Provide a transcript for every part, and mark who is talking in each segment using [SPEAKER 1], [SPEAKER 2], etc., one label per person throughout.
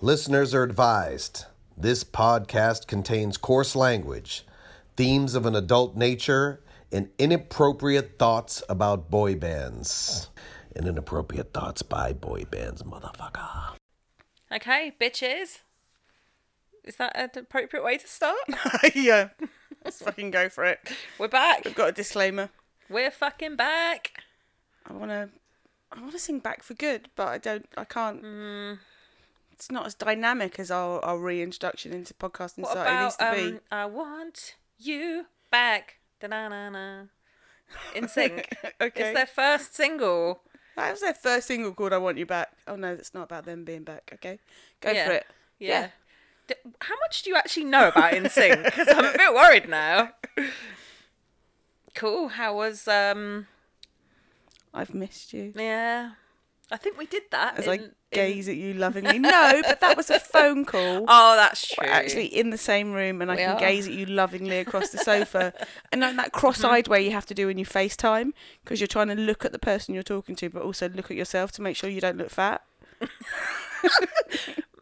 [SPEAKER 1] Listeners are advised this podcast contains coarse language, themes of an adult nature, and inappropriate thoughts about boy bands. And inappropriate thoughts by boy bands, motherfucker.
[SPEAKER 2] Okay, bitches. Is that an appropriate way to start?
[SPEAKER 3] yeah. Let's fucking go for it.
[SPEAKER 2] We're back.
[SPEAKER 3] We've got a disclaimer.
[SPEAKER 2] We're fucking back.
[SPEAKER 3] I wanna I wanna sing back for good, but I don't I can't
[SPEAKER 2] Mm.
[SPEAKER 3] it's not as dynamic as our, our reintroduction into podcasting
[SPEAKER 2] What
[SPEAKER 3] society needs
[SPEAKER 2] about
[SPEAKER 3] to
[SPEAKER 2] um, I want you back? Da-na-na-na. In sync.
[SPEAKER 3] be.
[SPEAKER 2] It's
[SPEAKER 3] okay.
[SPEAKER 2] their first single.
[SPEAKER 3] that was their first single called I Want You Back. Oh no, that's not about them being back, okay? Go
[SPEAKER 2] Yeah.
[SPEAKER 3] for it.
[SPEAKER 2] Yeah. D- How much do you actually know about In Sync? Because I'm a bit worried now. Cool. How was um?
[SPEAKER 3] I've missed you.
[SPEAKER 2] Yeah. I think we did that.
[SPEAKER 3] As
[SPEAKER 2] in,
[SPEAKER 3] I
[SPEAKER 2] in-
[SPEAKER 3] gaze at you lovingly. No, but that was a phone call.
[SPEAKER 2] Oh, that's true.
[SPEAKER 3] We're actually in the same room and I
[SPEAKER 2] We
[SPEAKER 3] can
[SPEAKER 2] are.
[SPEAKER 3] gaze at you lovingly across the sofa. and like that cross eyed way you have to do when you FaceTime because you're trying to look at the person you're talking to, but also look at yourself to make sure you don't look fat.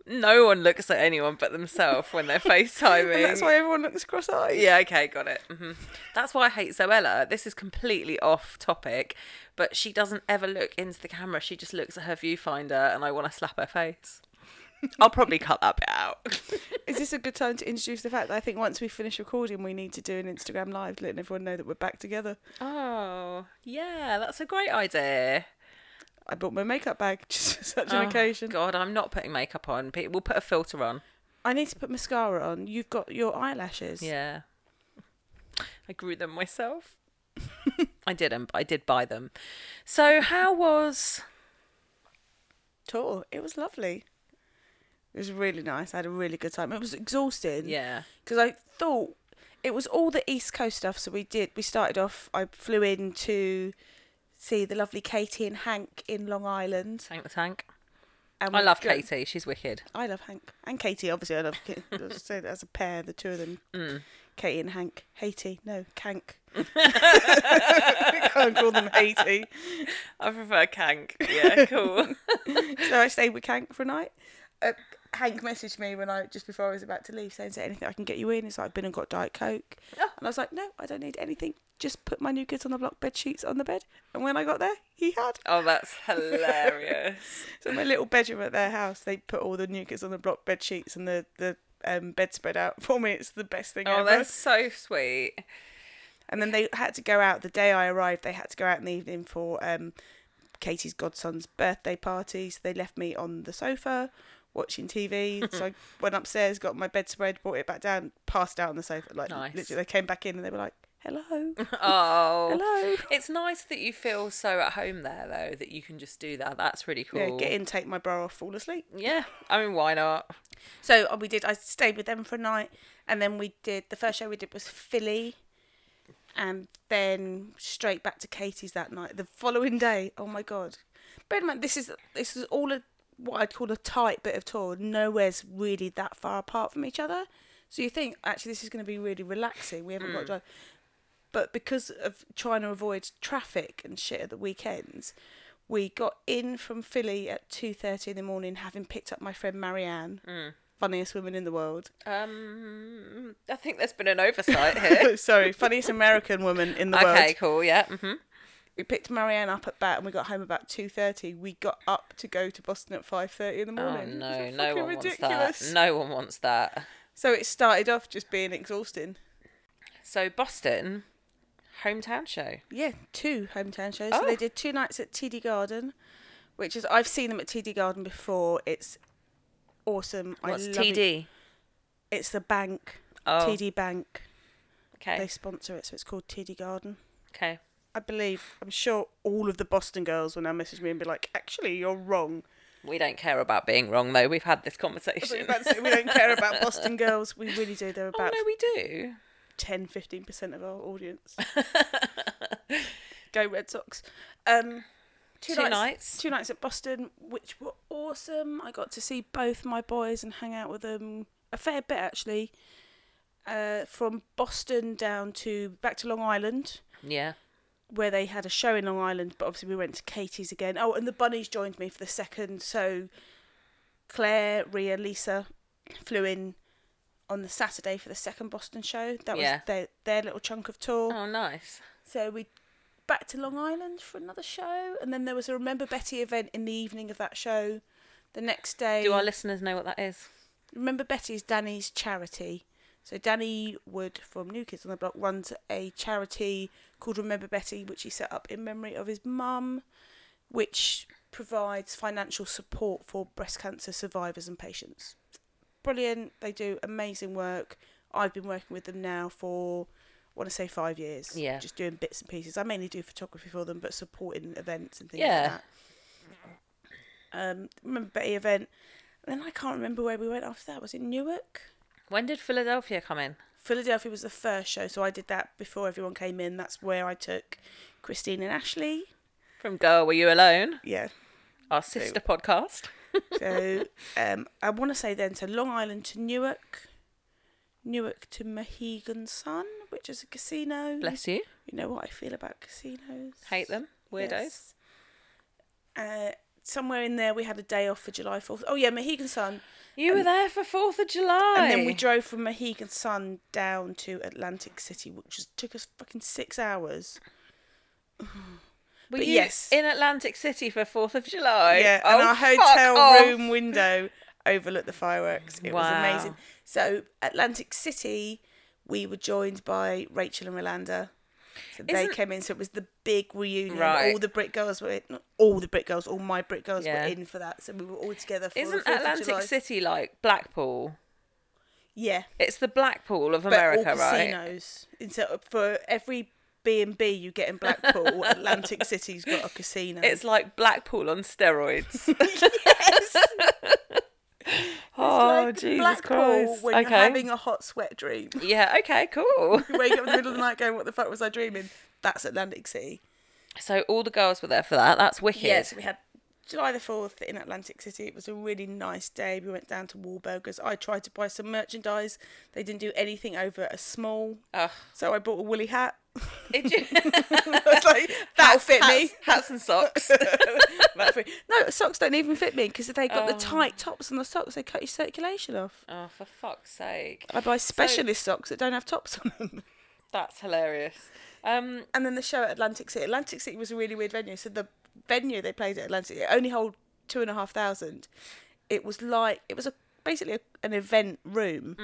[SPEAKER 2] no one looks at anyone but themselves when they're FaceTiming.
[SPEAKER 3] And that's why everyone looks cross eyed.
[SPEAKER 2] Yeah, okay, got it. hmm That's why I hate Zoella. This is completely off topic, but she doesn't ever look into the camera. She just looks at her viewfinder, and I want to slap her face. I'll probably cut that bit out.
[SPEAKER 3] Is this a good time to introduce the fact that I think once we finish recording, we need to do an Instagram live letting everyone know that we're back together?
[SPEAKER 2] Oh, yeah, that's a great idea.
[SPEAKER 3] I bought my makeup bag just for such an occasion.
[SPEAKER 2] Oh, God, I'm not putting makeup on. Pe- We'll put a filter on.
[SPEAKER 3] I need to put mascara on. You've got your eyelashes.
[SPEAKER 2] Yeah. I grew them myself. I didn't, but I did buy them. So, how was.
[SPEAKER 3] Tour. It was lovely. It was really nice. I had a really good time. It was exhausting.
[SPEAKER 2] Yeah.
[SPEAKER 3] because I thought it was all the East Coast stuff. So we did. We started off. I flew in to see the lovely Katie and Hank in Long Island.
[SPEAKER 2] Tank the Tank.
[SPEAKER 3] And
[SPEAKER 2] I
[SPEAKER 3] we
[SPEAKER 2] love
[SPEAKER 3] go-
[SPEAKER 2] Katie. She's wicked.
[SPEAKER 3] I love Hank and Katie. Obviously, I love. Katie. I'll just say that as a pair, the two of them,
[SPEAKER 2] Mm.
[SPEAKER 3] Katie and Hank. Haiti, no, Kank. I can't call them Haiti.
[SPEAKER 2] I prefer Kank. Yeah, cool.
[SPEAKER 3] So I stayed with Hank for a night. Uh, Hank messaged me when I just before I was about to leave, saying, "Is there anything I can get you in?" He's like, "I've been and got Diet Coke,"
[SPEAKER 2] Oh.
[SPEAKER 3] and I was like, "No, I don't need anything. Just put my new kids on the block bed sheets on the bed." And when I got there, he had.
[SPEAKER 2] oh, that's hilarious.
[SPEAKER 3] So my little bedroom at their house, they put all the new kids on the block bed sheets and the the um, bedspread out for me. It's the best thing
[SPEAKER 2] oh,
[SPEAKER 3] ever.
[SPEAKER 2] that's so sweet.
[SPEAKER 3] And then they had to go out the day I arrived. They had to go out in the evening for um, Katie's godson's birthday party. So they left me on the sofa watching TV. so I went upstairs, got my bedspread, brought it back down, passed out on the sofa. Like
[SPEAKER 2] Nice.
[SPEAKER 3] literally, they came back in and they were like, "Hello,
[SPEAKER 2] Oh.
[SPEAKER 3] hello."
[SPEAKER 2] It's nice that you feel so at home there, though, that you can just do that. That's really cool.
[SPEAKER 3] Yeah, get in, take my bra off, fall asleep.
[SPEAKER 2] Yeah, I mean, why not?
[SPEAKER 3] So uh, we did. I stayed with them for a night, and then we did the first show we did was Philly, and then straight back to Katie's that night. The following day, oh my god! Bear in mind, this is this is all a what I'd call a tight bit of tour. Nowhere's really that far apart from each other, so you think actually this is going to be really relaxing. We haven't got to drive, but because of trying to avoid traffic and shit at the weekends. We got in from Philly at two thirty in the morning, having picked up my friend Marianne, funniest woman in the world.
[SPEAKER 2] Um, I think there's been an oversight here.
[SPEAKER 3] Sorry, funniest American woman in the
[SPEAKER 2] okay,
[SPEAKER 3] world.
[SPEAKER 2] cool. Yeah. hmm
[SPEAKER 3] We picked Marianne up at bat, and we got home about two thirty. We got up to go to Boston at five thirty in the
[SPEAKER 2] Oh
[SPEAKER 3] morning. It
[SPEAKER 2] no,
[SPEAKER 3] was
[SPEAKER 2] no
[SPEAKER 3] fucking
[SPEAKER 2] one wants
[SPEAKER 3] ridiculous.
[SPEAKER 2] that. No one wants that.
[SPEAKER 3] So it started off just being exhausting.
[SPEAKER 2] So Boston, hometown show.
[SPEAKER 3] Yeah, two hometown shows.
[SPEAKER 2] Oh.
[SPEAKER 3] So they did two nights at TD Garden, which is I've seen them at TD Garden before. It's awesome.
[SPEAKER 2] What's
[SPEAKER 3] I love it.
[SPEAKER 2] TD?
[SPEAKER 3] It's the bank,
[SPEAKER 2] Oh.
[SPEAKER 3] TD Bank.
[SPEAKER 2] Okay.
[SPEAKER 3] They sponsor it, so it's called TD Garden.
[SPEAKER 2] Okay.
[SPEAKER 3] I believe, I'm sure all of the Boston girls will now message me and be like, actually, you're wrong.
[SPEAKER 2] We don't care about being wrong, though. We've had this
[SPEAKER 3] We're
[SPEAKER 2] conversation.
[SPEAKER 3] about to say we don't care about Boston girls. We really do. They're
[SPEAKER 2] Oh
[SPEAKER 3] about
[SPEAKER 2] no, we do.
[SPEAKER 3] 10, 15% of our audience. Go Red Sox. Um, two,
[SPEAKER 2] Two
[SPEAKER 3] nights,
[SPEAKER 2] nights.
[SPEAKER 3] Two nights at Boston, which were awesome. I got to see both my boys and hang out with them a fair bit, actually. Uh, from Boston down to back to Long Island.
[SPEAKER 2] Yeah.
[SPEAKER 3] where they had a show in Long Island, but obviously we went to Katie's again. Oh, and the Bunnies joined me for the second, so Claire, Ria, Lisa flew in on the Saturday for the second Boston show. That was
[SPEAKER 2] Yeah.
[SPEAKER 3] their, their little chunk of tour.
[SPEAKER 2] Oh, nice.
[SPEAKER 3] So we back to Long Island for another show, and then there was a Remember Betty event in the evening of that show. The next day,
[SPEAKER 2] Do our listeners know what that is?
[SPEAKER 3] Remember Betty is Danny's charity. So Danny Wood from New Kids on the Block runs a charity called Remember Betty, which he set up in memory of his mum, which provides financial support for breast cancer survivors and patients. Brilliant. They do amazing work. I've been working with them now for I want to say five years.
[SPEAKER 2] Yeah.
[SPEAKER 3] Just doing bits and pieces. I mainly do photography for them, but supporting events and things
[SPEAKER 2] Yeah.
[SPEAKER 3] like that um, remember Betty event. And then I can't remember where we went after that. Was it Newark?
[SPEAKER 2] When did Philadelphia come in?
[SPEAKER 3] Philadelphia was the first show, so I did that before everyone came in. That's where I took Christine and Ashley.
[SPEAKER 2] From Girl Were You Alone,
[SPEAKER 3] Yeah.
[SPEAKER 2] our sister podcast.
[SPEAKER 3] So um, I want to say then to Long Island to Newark, Newark to Mohegan Sun, which is a casino.
[SPEAKER 2] Bless you.
[SPEAKER 3] You know what I feel about casinos.
[SPEAKER 2] Hate them. Weirdos.
[SPEAKER 3] Yes. Uh, somewhere in there, we had a day off for July 4th. Oh, yeah, Mohegan Sun.
[SPEAKER 2] You were there for 4th of July.
[SPEAKER 3] And then we drove from Mohegan Sun down to Atlantic City, which just took us fucking six hours.
[SPEAKER 2] Were
[SPEAKER 3] but
[SPEAKER 2] you
[SPEAKER 3] yes.
[SPEAKER 2] in Atlantic City for 4th of July.
[SPEAKER 3] yeah,
[SPEAKER 2] oh,
[SPEAKER 3] and our
[SPEAKER 2] fuck
[SPEAKER 3] hotel
[SPEAKER 2] off.
[SPEAKER 3] room window overlooked the fireworks. It was
[SPEAKER 2] Wow.
[SPEAKER 3] amazing. So Atlantic City, we were joined by Rachel and Rolanda. So they
[SPEAKER 2] Isn't-
[SPEAKER 3] came in, so it was the big reunion.
[SPEAKER 2] Right.
[SPEAKER 3] All the Brit girls were in, not all the Brit girls, all my Brit girls
[SPEAKER 2] Yeah.
[SPEAKER 3] were in for that. So we were all together for the
[SPEAKER 2] Isn't
[SPEAKER 3] 4th of
[SPEAKER 2] Atlantic
[SPEAKER 3] July.
[SPEAKER 2] City like Blackpool?
[SPEAKER 3] Yeah.
[SPEAKER 2] It's the Blackpool of America,
[SPEAKER 3] but all
[SPEAKER 2] right?
[SPEAKER 3] casinos. And so for every B and B you get in Blackpool, Atlantic City's got a casino.
[SPEAKER 2] It's like Blackpool on steroids.
[SPEAKER 3] yes,
[SPEAKER 2] oh,
[SPEAKER 3] like
[SPEAKER 2] Jesus
[SPEAKER 3] Blackpool
[SPEAKER 2] Christ.
[SPEAKER 3] when
[SPEAKER 2] okay.
[SPEAKER 3] you're having a hot sweat dream.
[SPEAKER 2] yeah, okay, cool.
[SPEAKER 3] You wake up in the middle of the night going, "What the fuck was I dreaming?" That's Atlantic City.
[SPEAKER 2] So all the girls were there for that. That's wicked.
[SPEAKER 3] Yes, we had July the 4th in Atlantic City. It was a really nice day. We went down to Wahlburgers. I tried to buy some merchandise. They didn't do anything over a small.
[SPEAKER 2] Ugh.
[SPEAKER 3] So I bought a woolly hat.
[SPEAKER 2] Did you?
[SPEAKER 3] I was like, that'll fit me.
[SPEAKER 2] Hats, hats and socks.
[SPEAKER 3] That's weird. no, socks don't even fit me because if they got the tight tops on the socks, they cut your circulation off.
[SPEAKER 2] oh, for fuck's sake.
[SPEAKER 3] I buy specialist socks that don't have tops on them.
[SPEAKER 2] That's hilarious. Um,
[SPEAKER 3] And then the show at Atlantic City. Atlantic City was a really weird venue. So the venue they played at Atlantic City it only hold two and a half thousand. It was like it was a basically a, an event room.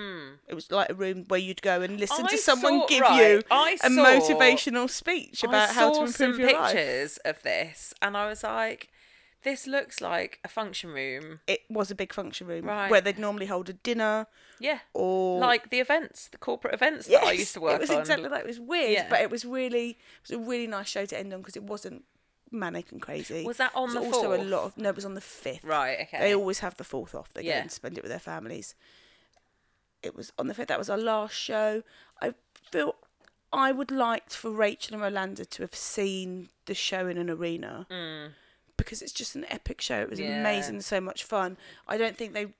[SPEAKER 3] It was like a room where you'd go and listen
[SPEAKER 2] Mm. I
[SPEAKER 3] to someone
[SPEAKER 2] saw-
[SPEAKER 3] give you
[SPEAKER 2] right, I saw-
[SPEAKER 3] a motivational speech about
[SPEAKER 2] I
[SPEAKER 3] how to
[SPEAKER 2] saw
[SPEAKER 3] improve
[SPEAKER 2] some
[SPEAKER 3] your life.
[SPEAKER 2] pictures of this, and I was like, "This looks like a function room."
[SPEAKER 3] It was a big function room
[SPEAKER 2] Right.
[SPEAKER 3] where they'd normally hold a dinner.
[SPEAKER 2] Yeah,
[SPEAKER 3] Or-
[SPEAKER 2] like the events, the corporate events that I
[SPEAKER 3] Yes,
[SPEAKER 2] used to work
[SPEAKER 3] It was
[SPEAKER 2] on.
[SPEAKER 3] exactly that. It was weird,
[SPEAKER 2] Yeah.
[SPEAKER 3] but it was really it was a really nice show to end on because it wasn't manic and crazy.
[SPEAKER 2] Was that on
[SPEAKER 3] It was
[SPEAKER 2] the
[SPEAKER 3] also a
[SPEAKER 2] 4th?
[SPEAKER 3] lot of no, it was on the fifth.
[SPEAKER 2] Right, okay.
[SPEAKER 3] They always have the fourth off. They
[SPEAKER 2] Yeah.
[SPEAKER 3] go and spend it with their families. It was on the fifth. That was our last show. I feel I would like for Rachel and Rolanda to have seen the show in an arena because it's just an epic show. It was
[SPEAKER 2] Mm. Yeah.
[SPEAKER 3] amazing, so much fun. I don't think they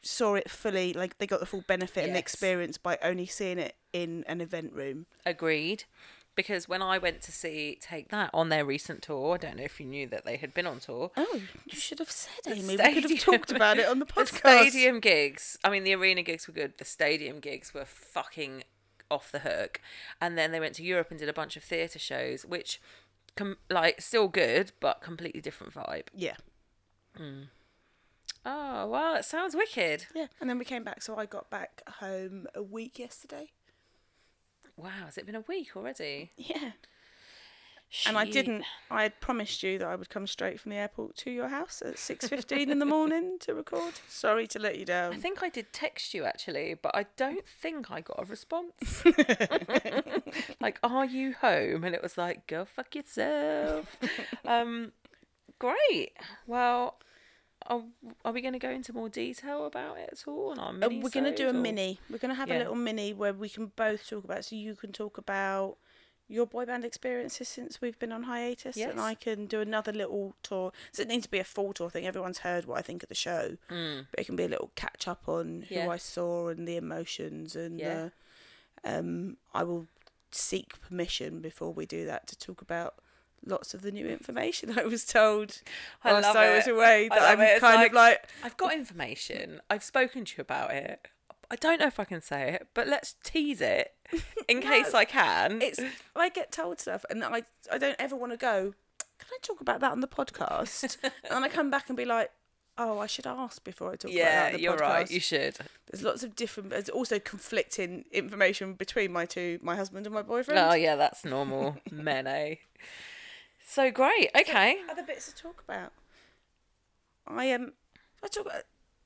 [SPEAKER 3] saw it fully like they got the full benefit and the
[SPEAKER 2] Yes.
[SPEAKER 3] experience by only seeing it in an event room.
[SPEAKER 2] Agreed. Because when I went to see Take That on their recent tour, I don't know if you knew that they had been on tour.
[SPEAKER 3] Oh, you should have said, Amy. We could have
[SPEAKER 2] stadium-
[SPEAKER 3] talked about it on the
[SPEAKER 2] The
[SPEAKER 3] podcast.
[SPEAKER 2] stadium gigs. I mean, the arena gigs were good. The stadium gigs were fucking off the hook. And then they went to Europe and did a bunch of theatre shows, which, com- like, still good, but completely different vibe.
[SPEAKER 3] Yeah,
[SPEAKER 2] Oh, wow, it sounds wicked.
[SPEAKER 3] yeah. And then we came back, so I got back home a week yesterday.
[SPEAKER 2] Wow, has it been a week already?
[SPEAKER 3] Yeah, and I
[SPEAKER 2] Shit.
[SPEAKER 3] didn't. I had promised you that I would come straight from the airport to your house at six fifteen in the morning to record. Sorry to let you down.
[SPEAKER 2] I think I did text you actually, but I don't think I got a response. like, are you home? And it was like, go fuck yourself. um, great. Well, are, are we going to go into more detail about it at all? On our
[SPEAKER 3] Uh,
[SPEAKER 2] mini
[SPEAKER 3] we're going to do a
[SPEAKER 2] or...
[SPEAKER 3] mini. We're going to have
[SPEAKER 2] Yeah.
[SPEAKER 3] a little mini where we can both talk about. So you can talk about your boy band experiences since we've been on hiatus,
[SPEAKER 2] Yes.
[SPEAKER 3] and I can do another little tour. So it needs to be a full tour thing. Everyone's heard what I think of the show, but it can be a little catch up on
[SPEAKER 2] Mm. Yeah.
[SPEAKER 3] who I saw and the emotions. And uh,
[SPEAKER 2] Yeah.
[SPEAKER 3] the, um, I will seek permission before we do that to talk about lots of the new information I was told
[SPEAKER 2] I
[SPEAKER 3] whilst
[SPEAKER 2] love
[SPEAKER 3] I was
[SPEAKER 2] it.
[SPEAKER 3] away
[SPEAKER 2] I
[SPEAKER 3] that
[SPEAKER 2] love
[SPEAKER 3] I'm
[SPEAKER 2] it. It's
[SPEAKER 3] kind of like
[SPEAKER 2] I've got information. I've spoken to you about it. I don't know if I can say it, but let's tease it in case I can.
[SPEAKER 3] it's I get told stuff and I I don't ever want to go. Can I talk about that on the podcast? and then I come back and be like, oh, I should ask before I talk about that
[SPEAKER 2] yeah,
[SPEAKER 3] on the
[SPEAKER 2] you're
[SPEAKER 3] podcast.
[SPEAKER 2] right. You should.
[SPEAKER 3] There's lots of different. There's also conflicting information between my two, my husband and my boyfriend.
[SPEAKER 2] Oh yeah, that's normal. Men, eh? So great. Okay.
[SPEAKER 3] Other bits to talk about. I am. Um, I talk. About,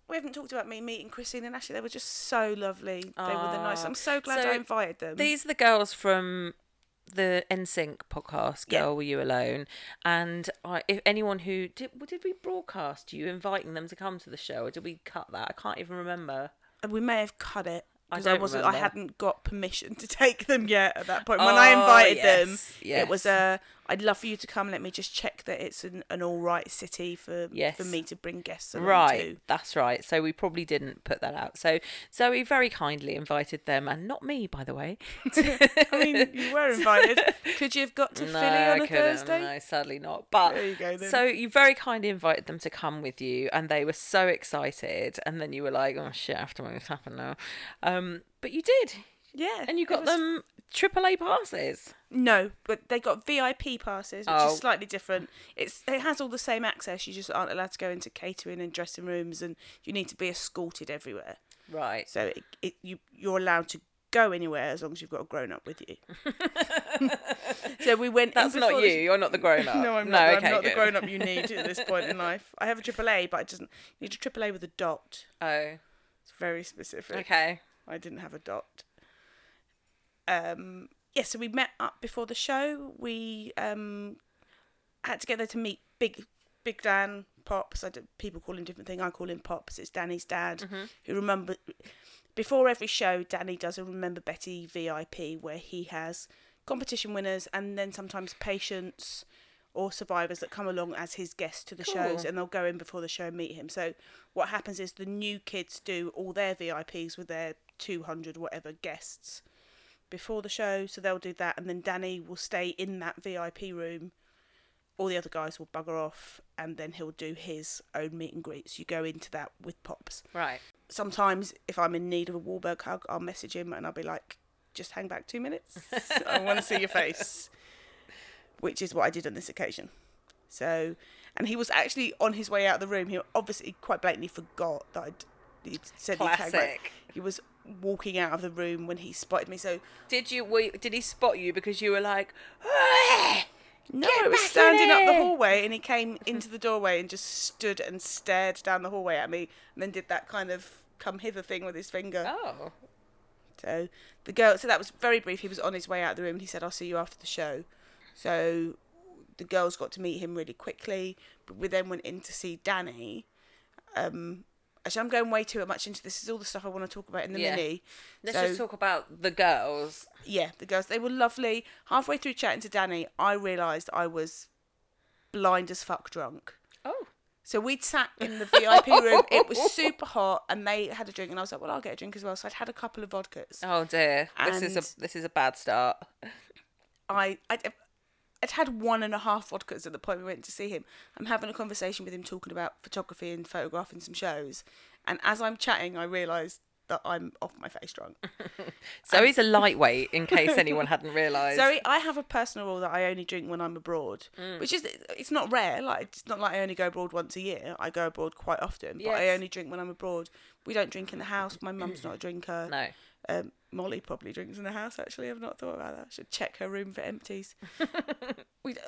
[SPEAKER 3] we haven't talked about me meeting Christine and Ashley. They were just so lovely. they were the nice. I'm so glad
[SPEAKER 2] Ah, So
[SPEAKER 3] I invited them.
[SPEAKER 2] These are the girls from the NSYNC podcast,
[SPEAKER 3] Yeah.
[SPEAKER 2] Girl Were You Alone? And I, if anyone who did, well, did we broadcast you inviting them to come to the show, or did we cut that? I can't even remember.
[SPEAKER 3] And we may have cut it.
[SPEAKER 2] I
[SPEAKER 3] 'cause
[SPEAKER 2] don't
[SPEAKER 3] wasn't. I
[SPEAKER 2] remember.
[SPEAKER 3] hadn't got permission to take them yet at that point. When I
[SPEAKER 2] Oh,
[SPEAKER 3] invited
[SPEAKER 2] yes,
[SPEAKER 3] them, it was a. I'd love for you to come. Let me just check that it's an, an all right city for
[SPEAKER 2] Yes.
[SPEAKER 3] for me to bring guests along
[SPEAKER 2] Right,
[SPEAKER 3] to.
[SPEAKER 2] that's right. So we probably didn't put that out. So Zoe very kindly invited them, and not me, by the way.
[SPEAKER 3] I mean, you were invited. Could you have got to Philly on a
[SPEAKER 2] I couldn't.
[SPEAKER 3] Thursday?
[SPEAKER 2] No, sadly not. But
[SPEAKER 3] There you go then.
[SPEAKER 2] so you very kindly invited them to come with you, and they were so excited. And then you were like, "Oh shit, after what's happened now," um, but you did,
[SPEAKER 3] Yeah.
[SPEAKER 2] and you
[SPEAKER 3] it
[SPEAKER 2] got
[SPEAKER 3] was-
[SPEAKER 2] them AAA passes.
[SPEAKER 3] No, but they got VIP passes, which
[SPEAKER 2] Oh.
[SPEAKER 3] is slightly different. It's it has all the same access. You just aren't allowed to go into catering and dressing rooms, and you need to be escorted everywhere.
[SPEAKER 2] Right.
[SPEAKER 3] So it, it you you're allowed to go anywhere as long as you've got a grown up with you. so we went. in
[SPEAKER 2] That's not
[SPEAKER 3] before
[SPEAKER 2] you.
[SPEAKER 3] the-
[SPEAKER 2] You're not the grown up.
[SPEAKER 3] No, I'm not.
[SPEAKER 2] okay,
[SPEAKER 3] I'm not the
[SPEAKER 2] good.
[SPEAKER 3] grown up you need at this point in life. I have a AAA, but it doesn't you need a AAA with a dot.
[SPEAKER 2] Oh,
[SPEAKER 3] It's very specific.
[SPEAKER 2] okay.
[SPEAKER 3] I didn't have a dot. Um, yeah, so we met up before the show. We um, had to get there to meet Big Big Dan Pops. I do, people call him different thing. I call him Pops. It's Danny's dad who remember before every show. Danny does a Remember Betty VIP where he has competition winners and then sometimes patients or survivors that come along as his guests to the shows
[SPEAKER 2] Cool.
[SPEAKER 3] and they'll go in before the show and meet him. So what happens is the new kids do all their VIPs with their 200 whatever guests before the show, so they'll do that, and then Danny will stay in that VIP room. All the other guys will bugger off, and then he'll do his own meet and greets. You go into that with Pops.
[SPEAKER 2] Right.
[SPEAKER 3] Sometimes, if I'm in need of a Wahlberg hug, I'll message him and I'll be like, just hang back two minutes. I want to see your face. Which is what I did on this occasion. So, and he was actually on his way out of the room. He obviously quite blatantly forgot that I'd he'd said he'd hang back.
[SPEAKER 2] Classic.
[SPEAKER 3] He was walking out of the room when he spotted me. So,
[SPEAKER 2] Did you? Were, you- did he spot you because you were like?
[SPEAKER 3] No,
[SPEAKER 2] Get
[SPEAKER 3] it was
[SPEAKER 2] back in
[SPEAKER 3] standing up the
[SPEAKER 2] here.
[SPEAKER 3] hallway, and he came into the doorway and just stood and stared down the hallway at me, and then did that kind of come hither thing with his finger.
[SPEAKER 2] Oh.
[SPEAKER 3] So the girl, so that was very brief. He was on his way out of the room, and he said, "I'll see you after the show." So the girls got to meet him really quickly, but we then went in to see Danny. Um, actually, I'm going way too much into this. This is all the stuff I want to talk about in the
[SPEAKER 2] Yeah.
[SPEAKER 3] mini.
[SPEAKER 2] Let's
[SPEAKER 3] So-
[SPEAKER 2] just talk about the girls.
[SPEAKER 3] yeah, the girls, they were lovely. Halfway through chatting to Danny, I realised I was blind as fuck drunk.
[SPEAKER 2] Oh.
[SPEAKER 3] So we'd sat in the VIP room. It was super hot, and they had a drink, and I was like, "Well, I'll get a drink as well." So I'd had a couple of vodkas.
[SPEAKER 2] Oh dear. this
[SPEAKER 3] And-
[SPEAKER 2] is a this is a bad start.
[SPEAKER 3] I, I'd, I'd had one and a half vodkas at the point we went to see him. I'm having a conversation with him talking about photography and photographing some shows, and as I'm chatting, I realise that I'm off my face drunk.
[SPEAKER 2] Zoe's a lightweight, in case anyone hadn't realised.
[SPEAKER 3] Zoe, I have a personal rule that I only drink when I'm abroad,
[SPEAKER 2] Mm.
[SPEAKER 3] which is it's not rare. Like it's not like I only go abroad once a year. I go abroad quite often, but I
[SPEAKER 2] Yes.
[SPEAKER 3] only drink when I'm abroad. We don't drink in the house. My mum's not a drinker.
[SPEAKER 2] no.
[SPEAKER 3] Um, Molly probably drinks in the house. Actually, I've not thought about that. I should check her room for empties. we, d-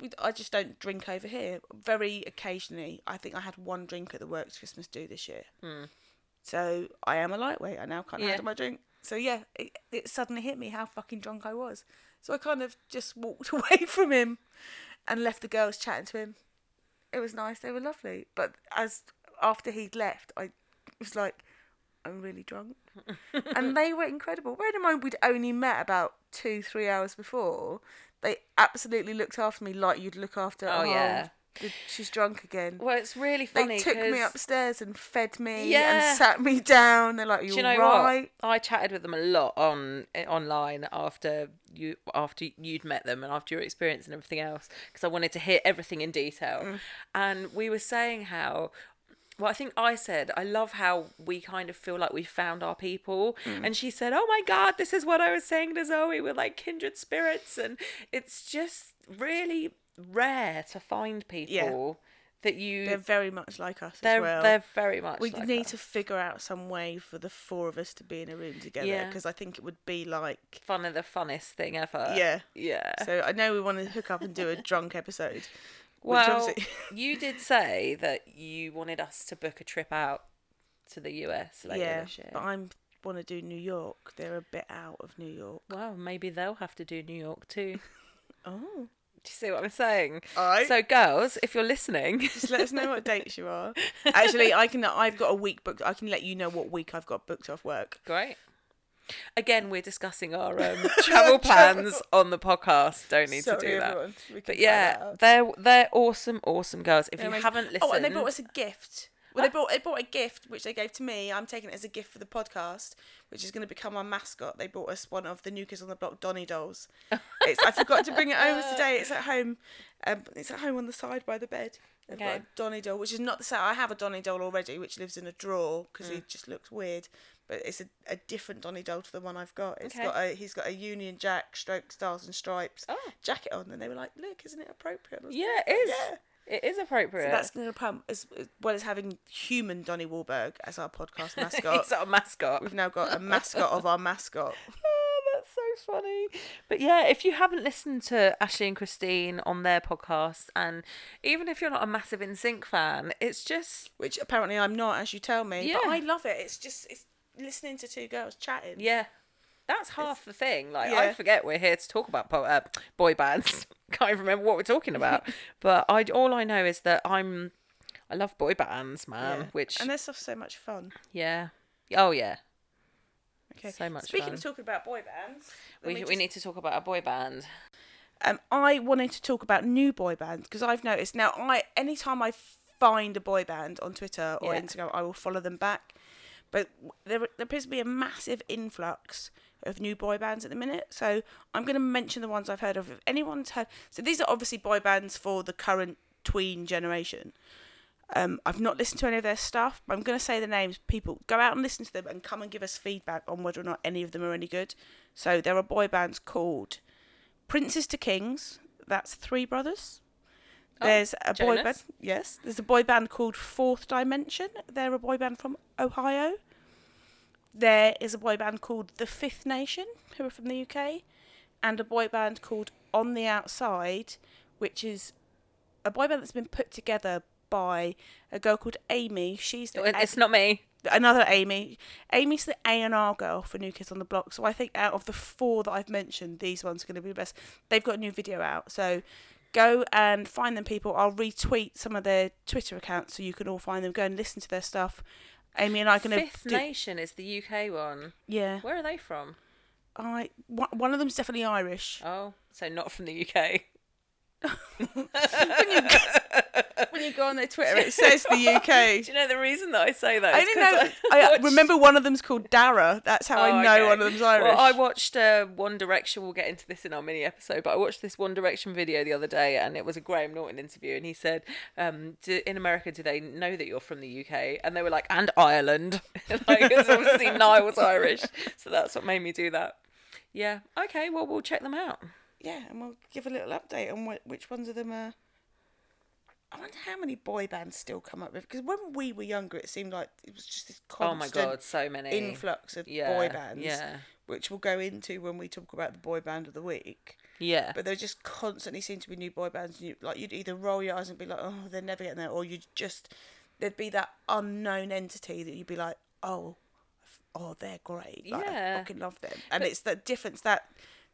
[SPEAKER 3] we, d- I just don't drink over here. Very occasionally, I think I had one drink at the works Christmas do this year. So I am a lightweight. I now can't
[SPEAKER 2] Yeah.
[SPEAKER 3] handle my drink. So yeah, it, it suddenly hit me how fucking drunk I was. So I kind of just walked away from him and left the girls chatting to him. It was nice. They were lovely. But as after he'd left, I was like, I'm really drunk. and they were incredible. Bear in mind, we'd only met about two, three hours before. They absolutely looked after me like you'd look after.
[SPEAKER 2] Oh,
[SPEAKER 3] a whole
[SPEAKER 2] yeah.
[SPEAKER 3] The- She's drunk again.
[SPEAKER 2] Well, it's really
[SPEAKER 3] They
[SPEAKER 2] funny.
[SPEAKER 3] took me
[SPEAKER 2] 'cause-
[SPEAKER 3] upstairs and fed me
[SPEAKER 2] Yeah.
[SPEAKER 3] and sat me down. They're like,
[SPEAKER 2] Do
[SPEAKER 3] "You're
[SPEAKER 2] you know
[SPEAKER 3] right."
[SPEAKER 2] what? I chatted with them a lot on eh, online after you after you'd met them and after your experience and everything else because I wanted to hear everything in detail.
[SPEAKER 3] Mm.
[SPEAKER 2] And we were saying how well, I think I said, I love how we kind of feel like we found our people.
[SPEAKER 3] Mm.
[SPEAKER 2] And she said, Oh my God, this is what I was saying to Zoe. We're like kindred spirits. And it's just really rare to find people that you.
[SPEAKER 3] They're
[SPEAKER 2] They're,
[SPEAKER 3] very much like us
[SPEAKER 2] they're,
[SPEAKER 3] as well.
[SPEAKER 2] very much.
[SPEAKER 3] we
[SPEAKER 2] like
[SPEAKER 3] need
[SPEAKER 2] us.
[SPEAKER 3] to figure out some way for the four of us to be in a room together
[SPEAKER 2] Yeah.
[SPEAKER 3] because I think it would be like.
[SPEAKER 2] Fun of the funnest thing ever.
[SPEAKER 3] Yeah.
[SPEAKER 2] Yeah.
[SPEAKER 3] So I know we want to hook up and do a drunk episode. which
[SPEAKER 2] Well,
[SPEAKER 3] obviously-
[SPEAKER 2] you did say that you wanted us to book a trip out to the US later
[SPEAKER 3] yeah,
[SPEAKER 2] this year.
[SPEAKER 3] but I want to do New York. They're a bit out of New York.
[SPEAKER 2] Well, maybe they'll have to do New York too.
[SPEAKER 3] Oh,
[SPEAKER 2] Do you see what I'm saying?
[SPEAKER 3] Aye.
[SPEAKER 2] So, girls, if you're listening,
[SPEAKER 3] just let us know what dates you are. Actually, I can. I've got a week booked. I can let you know what week I've got booked off work.
[SPEAKER 2] great. Again, we're discussing our um, travel plans on the podcast. Don't need to
[SPEAKER 3] Sorry,
[SPEAKER 2] do that.
[SPEAKER 3] everyone. We can
[SPEAKER 2] But
[SPEAKER 3] find that
[SPEAKER 2] yeah,
[SPEAKER 3] out.
[SPEAKER 2] they're they're awesome, awesome girls. If you
[SPEAKER 3] Anyways,
[SPEAKER 2] haven't listened,
[SPEAKER 3] Oh, and they brought us a gift. Well, they brought they brought a gift which they gave to me. I'm taking it as a gift for the podcast, which is going to become our mascot. They brought us one of the new kids on the block Donny dolls. It's, I forgot to bring it over today. It's at home. Um, it's at home on the side by the bed. They've got
[SPEAKER 2] Okay.
[SPEAKER 3] a Donny doll, which is not the same. I have a Donny doll already, which lives in a drawer because
[SPEAKER 2] Mm.
[SPEAKER 3] he just looks weird. But it's a, a different Donny doll to the one I've got. It's
[SPEAKER 2] Okay.
[SPEAKER 3] got a he's got a Union Jack stroke stars and stripes
[SPEAKER 2] Oh.
[SPEAKER 3] jacket on, and they were like, "Look, isn't it appropriate?" And I was
[SPEAKER 2] yeah,
[SPEAKER 3] like,
[SPEAKER 2] it is.
[SPEAKER 3] "Yeah."
[SPEAKER 2] It is appropriate.
[SPEAKER 3] So that's going to pump as, as well as having human Donny Wahlberg as our podcast mascot.
[SPEAKER 2] He's our mascot.
[SPEAKER 3] We've now got a mascot of our mascot.
[SPEAKER 2] Oh, that's so funny. But yeah, if you haven't listened to Ashley and Christine on their podcast, and even if you're not a massive In Sync fan, it's just
[SPEAKER 3] Which apparently I'm not, as you tell me. But
[SPEAKER 2] Yeah.
[SPEAKER 3] I love it. It's just it's listening to two girls chatting.
[SPEAKER 2] yeah, that's half the thing. Like I
[SPEAKER 3] yeah.
[SPEAKER 2] forget we're here to talk about po- uh, boy bands. Can't even remember what we're talking about. but I all I know is that I'm I love boy bands, man.
[SPEAKER 3] Yeah.
[SPEAKER 2] Which
[SPEAKER 3] and their stuff's so much fun.
[SPEAKER 2] yeah, oh yeah.
[SPEAKER 3] Okay.
[SPEAKER 2] So much
[SPEAKER 3] Speaking
[SPEAKER 2] fun.
[SPEAKER 3] of talking about boy bands, let
[SPEAKER 2] We,
[SPEAKER 3] me
[SPEAKER 2] we
[SPEAKER 3] just-
[SPEAKER 2] need to talk about a boy band.
[SPEAKER 3] um, I wanted to talk about new boy bands because I've noticed now. I anytime I find a boy band on Twitter or
[SPEAKER 2] Yeah.
[SPEAKER 3] Instagram, I will follow them back. But w- there, there appears to be a massive influx of new boy bands at the minute. So I'm going to mention the ones I've heard of. If anyone's heard, so these are obviously boy bands for the current tween generation. Um, I've not listened to any of their stuff, but I'm going to say the names. People, go out and listen to them and come and give us feedback on whether or not any of them are any good. So there are boy bands called Princes to Kings. That's three brothers. There's a boy
[SPEAKER 2] Jonas.
[SPEAKER 3] band. Yes, there's a boy band called Fourth Dimension. They're a boy band from Ohio. There is a boy band called The Fifth Nation, who are from the UK, and a boy band called On the Outside, which is a boy band that's been put together by a girl called Amy. She's the
[SPEAKER 2] It's not me.
[SPEAKER 3] another Amy. Amy's the A and R girl for New Kids on the Block. So I think out of the four that I've mentioned, these ones are going to be the best. They've got a new video out, so go and find them, people. I'll retweet some of their Twitter accounts so you can all find them. Go and listen to their stuff. Amy and I are going to
[SPEAKER 2] Fifth Nation is the UK one.
[SPEAKER 3] yeah.
[SPEAKER 2] Where are they from?
[SPEAKER 3] I one one of them's definitely Irish.
[SPEAKER 2] Oh, so not from the UK.
[SPEAKER 3] When you go on their Twitter, it says the UK.
[SPEAKER 2] Do you know the reason that I say that?
[SPEAKER 3] I
[SPEAKER 2] is
[SPEAKER 3] didn't
[SPEAKER 2] 'cause
[SPEAKER 3] know. I, uh, remember one of them's called Dara. That's how
[SPEAKER 2] Oh,
[SPEAKER 3] I know
[SPEAKER 2] okay.
[SPEAKER 3] one of them's Irish.
[SPEAKER 2] Well, I watched uh, One Direction. We'll get into this in our mini episode, but I watched this One Direction video the other day, and it was a Graham Norton interview, and he said, um, do, "In America, do they know that you're from the UK?" And they were like, "And Ireland." like, it's obviously Niall's Irish, so that's what made me do that. Yeah. Okay. Well, we'll check them out.
[SPEAKER 3] yeah, and we'll give a little update on wh- which ones of them are. I wonder how many boy bands still come up with because when we were younger, it seemed like it was just this
[SPEAKER 2] Oh my
[SPEAKER 3] constant
[SPEAKER 2] god, so many
[SPEAKER 3] influx of
[SPEAKER 2] Yeah,
[SPEAKER 3] boy bands,
[SPEAKER 2] Yeah.
[SPEAKER 3] which we'll go into when we talk about the boy band of the week.
[SPEAKER 2] Yeah.
[SPEAKER 3] But there just constantly seemed to be new boy bands. And you, like you'd either roll your eyes and be like, "Oh, they're never getting there," or you'd just there'd be that unknown entity that you'd be like, "Oh, oh, they're great. Like, I
[SPEAKER 2] Yeah.
[SPEAKER 3] fucking love them." And it's that difference, that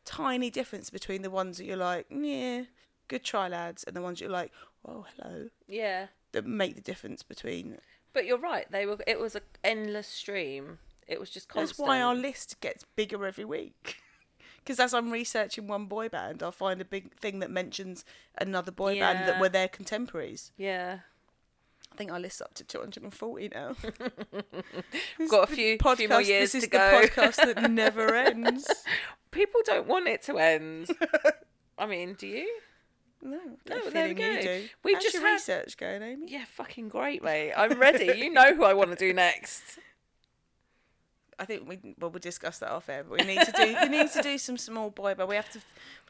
[SPEAKER 3] tiny difference between the ones that you're like, "Yeah, good try, lads," and the ones you're like, "Oh, hello,"
[SPEAKER 2] yeah.
[SPEAKER 3] that make the difference between.
[SPEAKER 2] But you're right. They were. It was an endless stream. It was just constant.
[SPEAKER 3] That's why our list gets bigger every week. because as I'm researching one boy band, I'll find a big thing that mentions another boy band that
[SPEAKER 2] Yeah.
[SPEAKER 3] were their contemporaries.
[SPEAKER 2] Yeah.
[SPEAKER 3] I think I list up to 240 now.
[SPEAKER 2] Got a few, few more years
[SPEAKER 3] this is
[SPEAKER 2] to go.
[SPEAKER 3] the podcast that never ends.
[SPEAKER 2] People don't want it to end. I mean, do you?
[SPEAKER 3] No,
[SPEAKER 2] No,
[SPEAKER 3] no
[SPEAKER 2] there we
[SPEAKER 3] feeling
[SPEAKER 2] go.
[SPEAKER 3] you do.
[SPEAKER 2] We've
[SPEAKER 3] How's
[SPEAKER 2] just
[SPEAKER 3] your
[SPEAKER 2] had-
[SPEAKER 3] research going, Amy.
[SPEAKER 2] Yeah, fucking great, mate. I'm ready. You know who I want to do next.
[SPEAKER 3] I think we well we'll discuss that off air. But we need to do we need to do some small boy, but we have to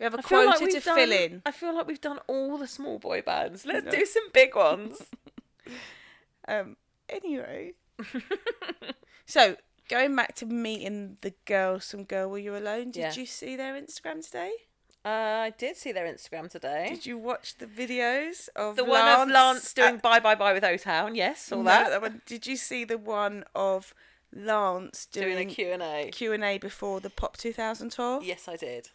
[SPEAKER 3] we have a
[SPEAKER 2] I feel
[SPEAKER 3] quota
[SPEAKER 2] like
[SPEAKER 3] to
[SPEAKER 2] we've done,
[SPEAKER 3] fill in.
[SPEAKER 2] I feel like we've done all the small boy bands. Let's
[SPEAKER 3] No.
[SPEAKER 2] do some big ones.
[SPEAKER 3] Um, anyway, so going back to meeting the girls from Girl Were You Alone? Did
[SPEAKER 2] Yeah.
[SPEAKER 3] you see their Instagram today?
[SPEAKER 2] Uh, I did see their Instagram today.
[SPEAKER 3] Did you watch the videos of
[SPEAKER 2] The one of Lance doing
[SPEAKER 3] at-
[SPEAKER 2] bye bye bye with O Town. Yes, all
[SPEAKER 3] No,
[SPEAKER 2] that.
[SPEAKER 3] that one. Did you see the one of Lance
[SPEAKER 2] Doing a
[SPEAKER 3] doing,
[SPEAKER 2] Q and A.
[SPEAKER 3] Q and A before the Pop 2000 tour?
[SPEAKER 2] Yes, I did.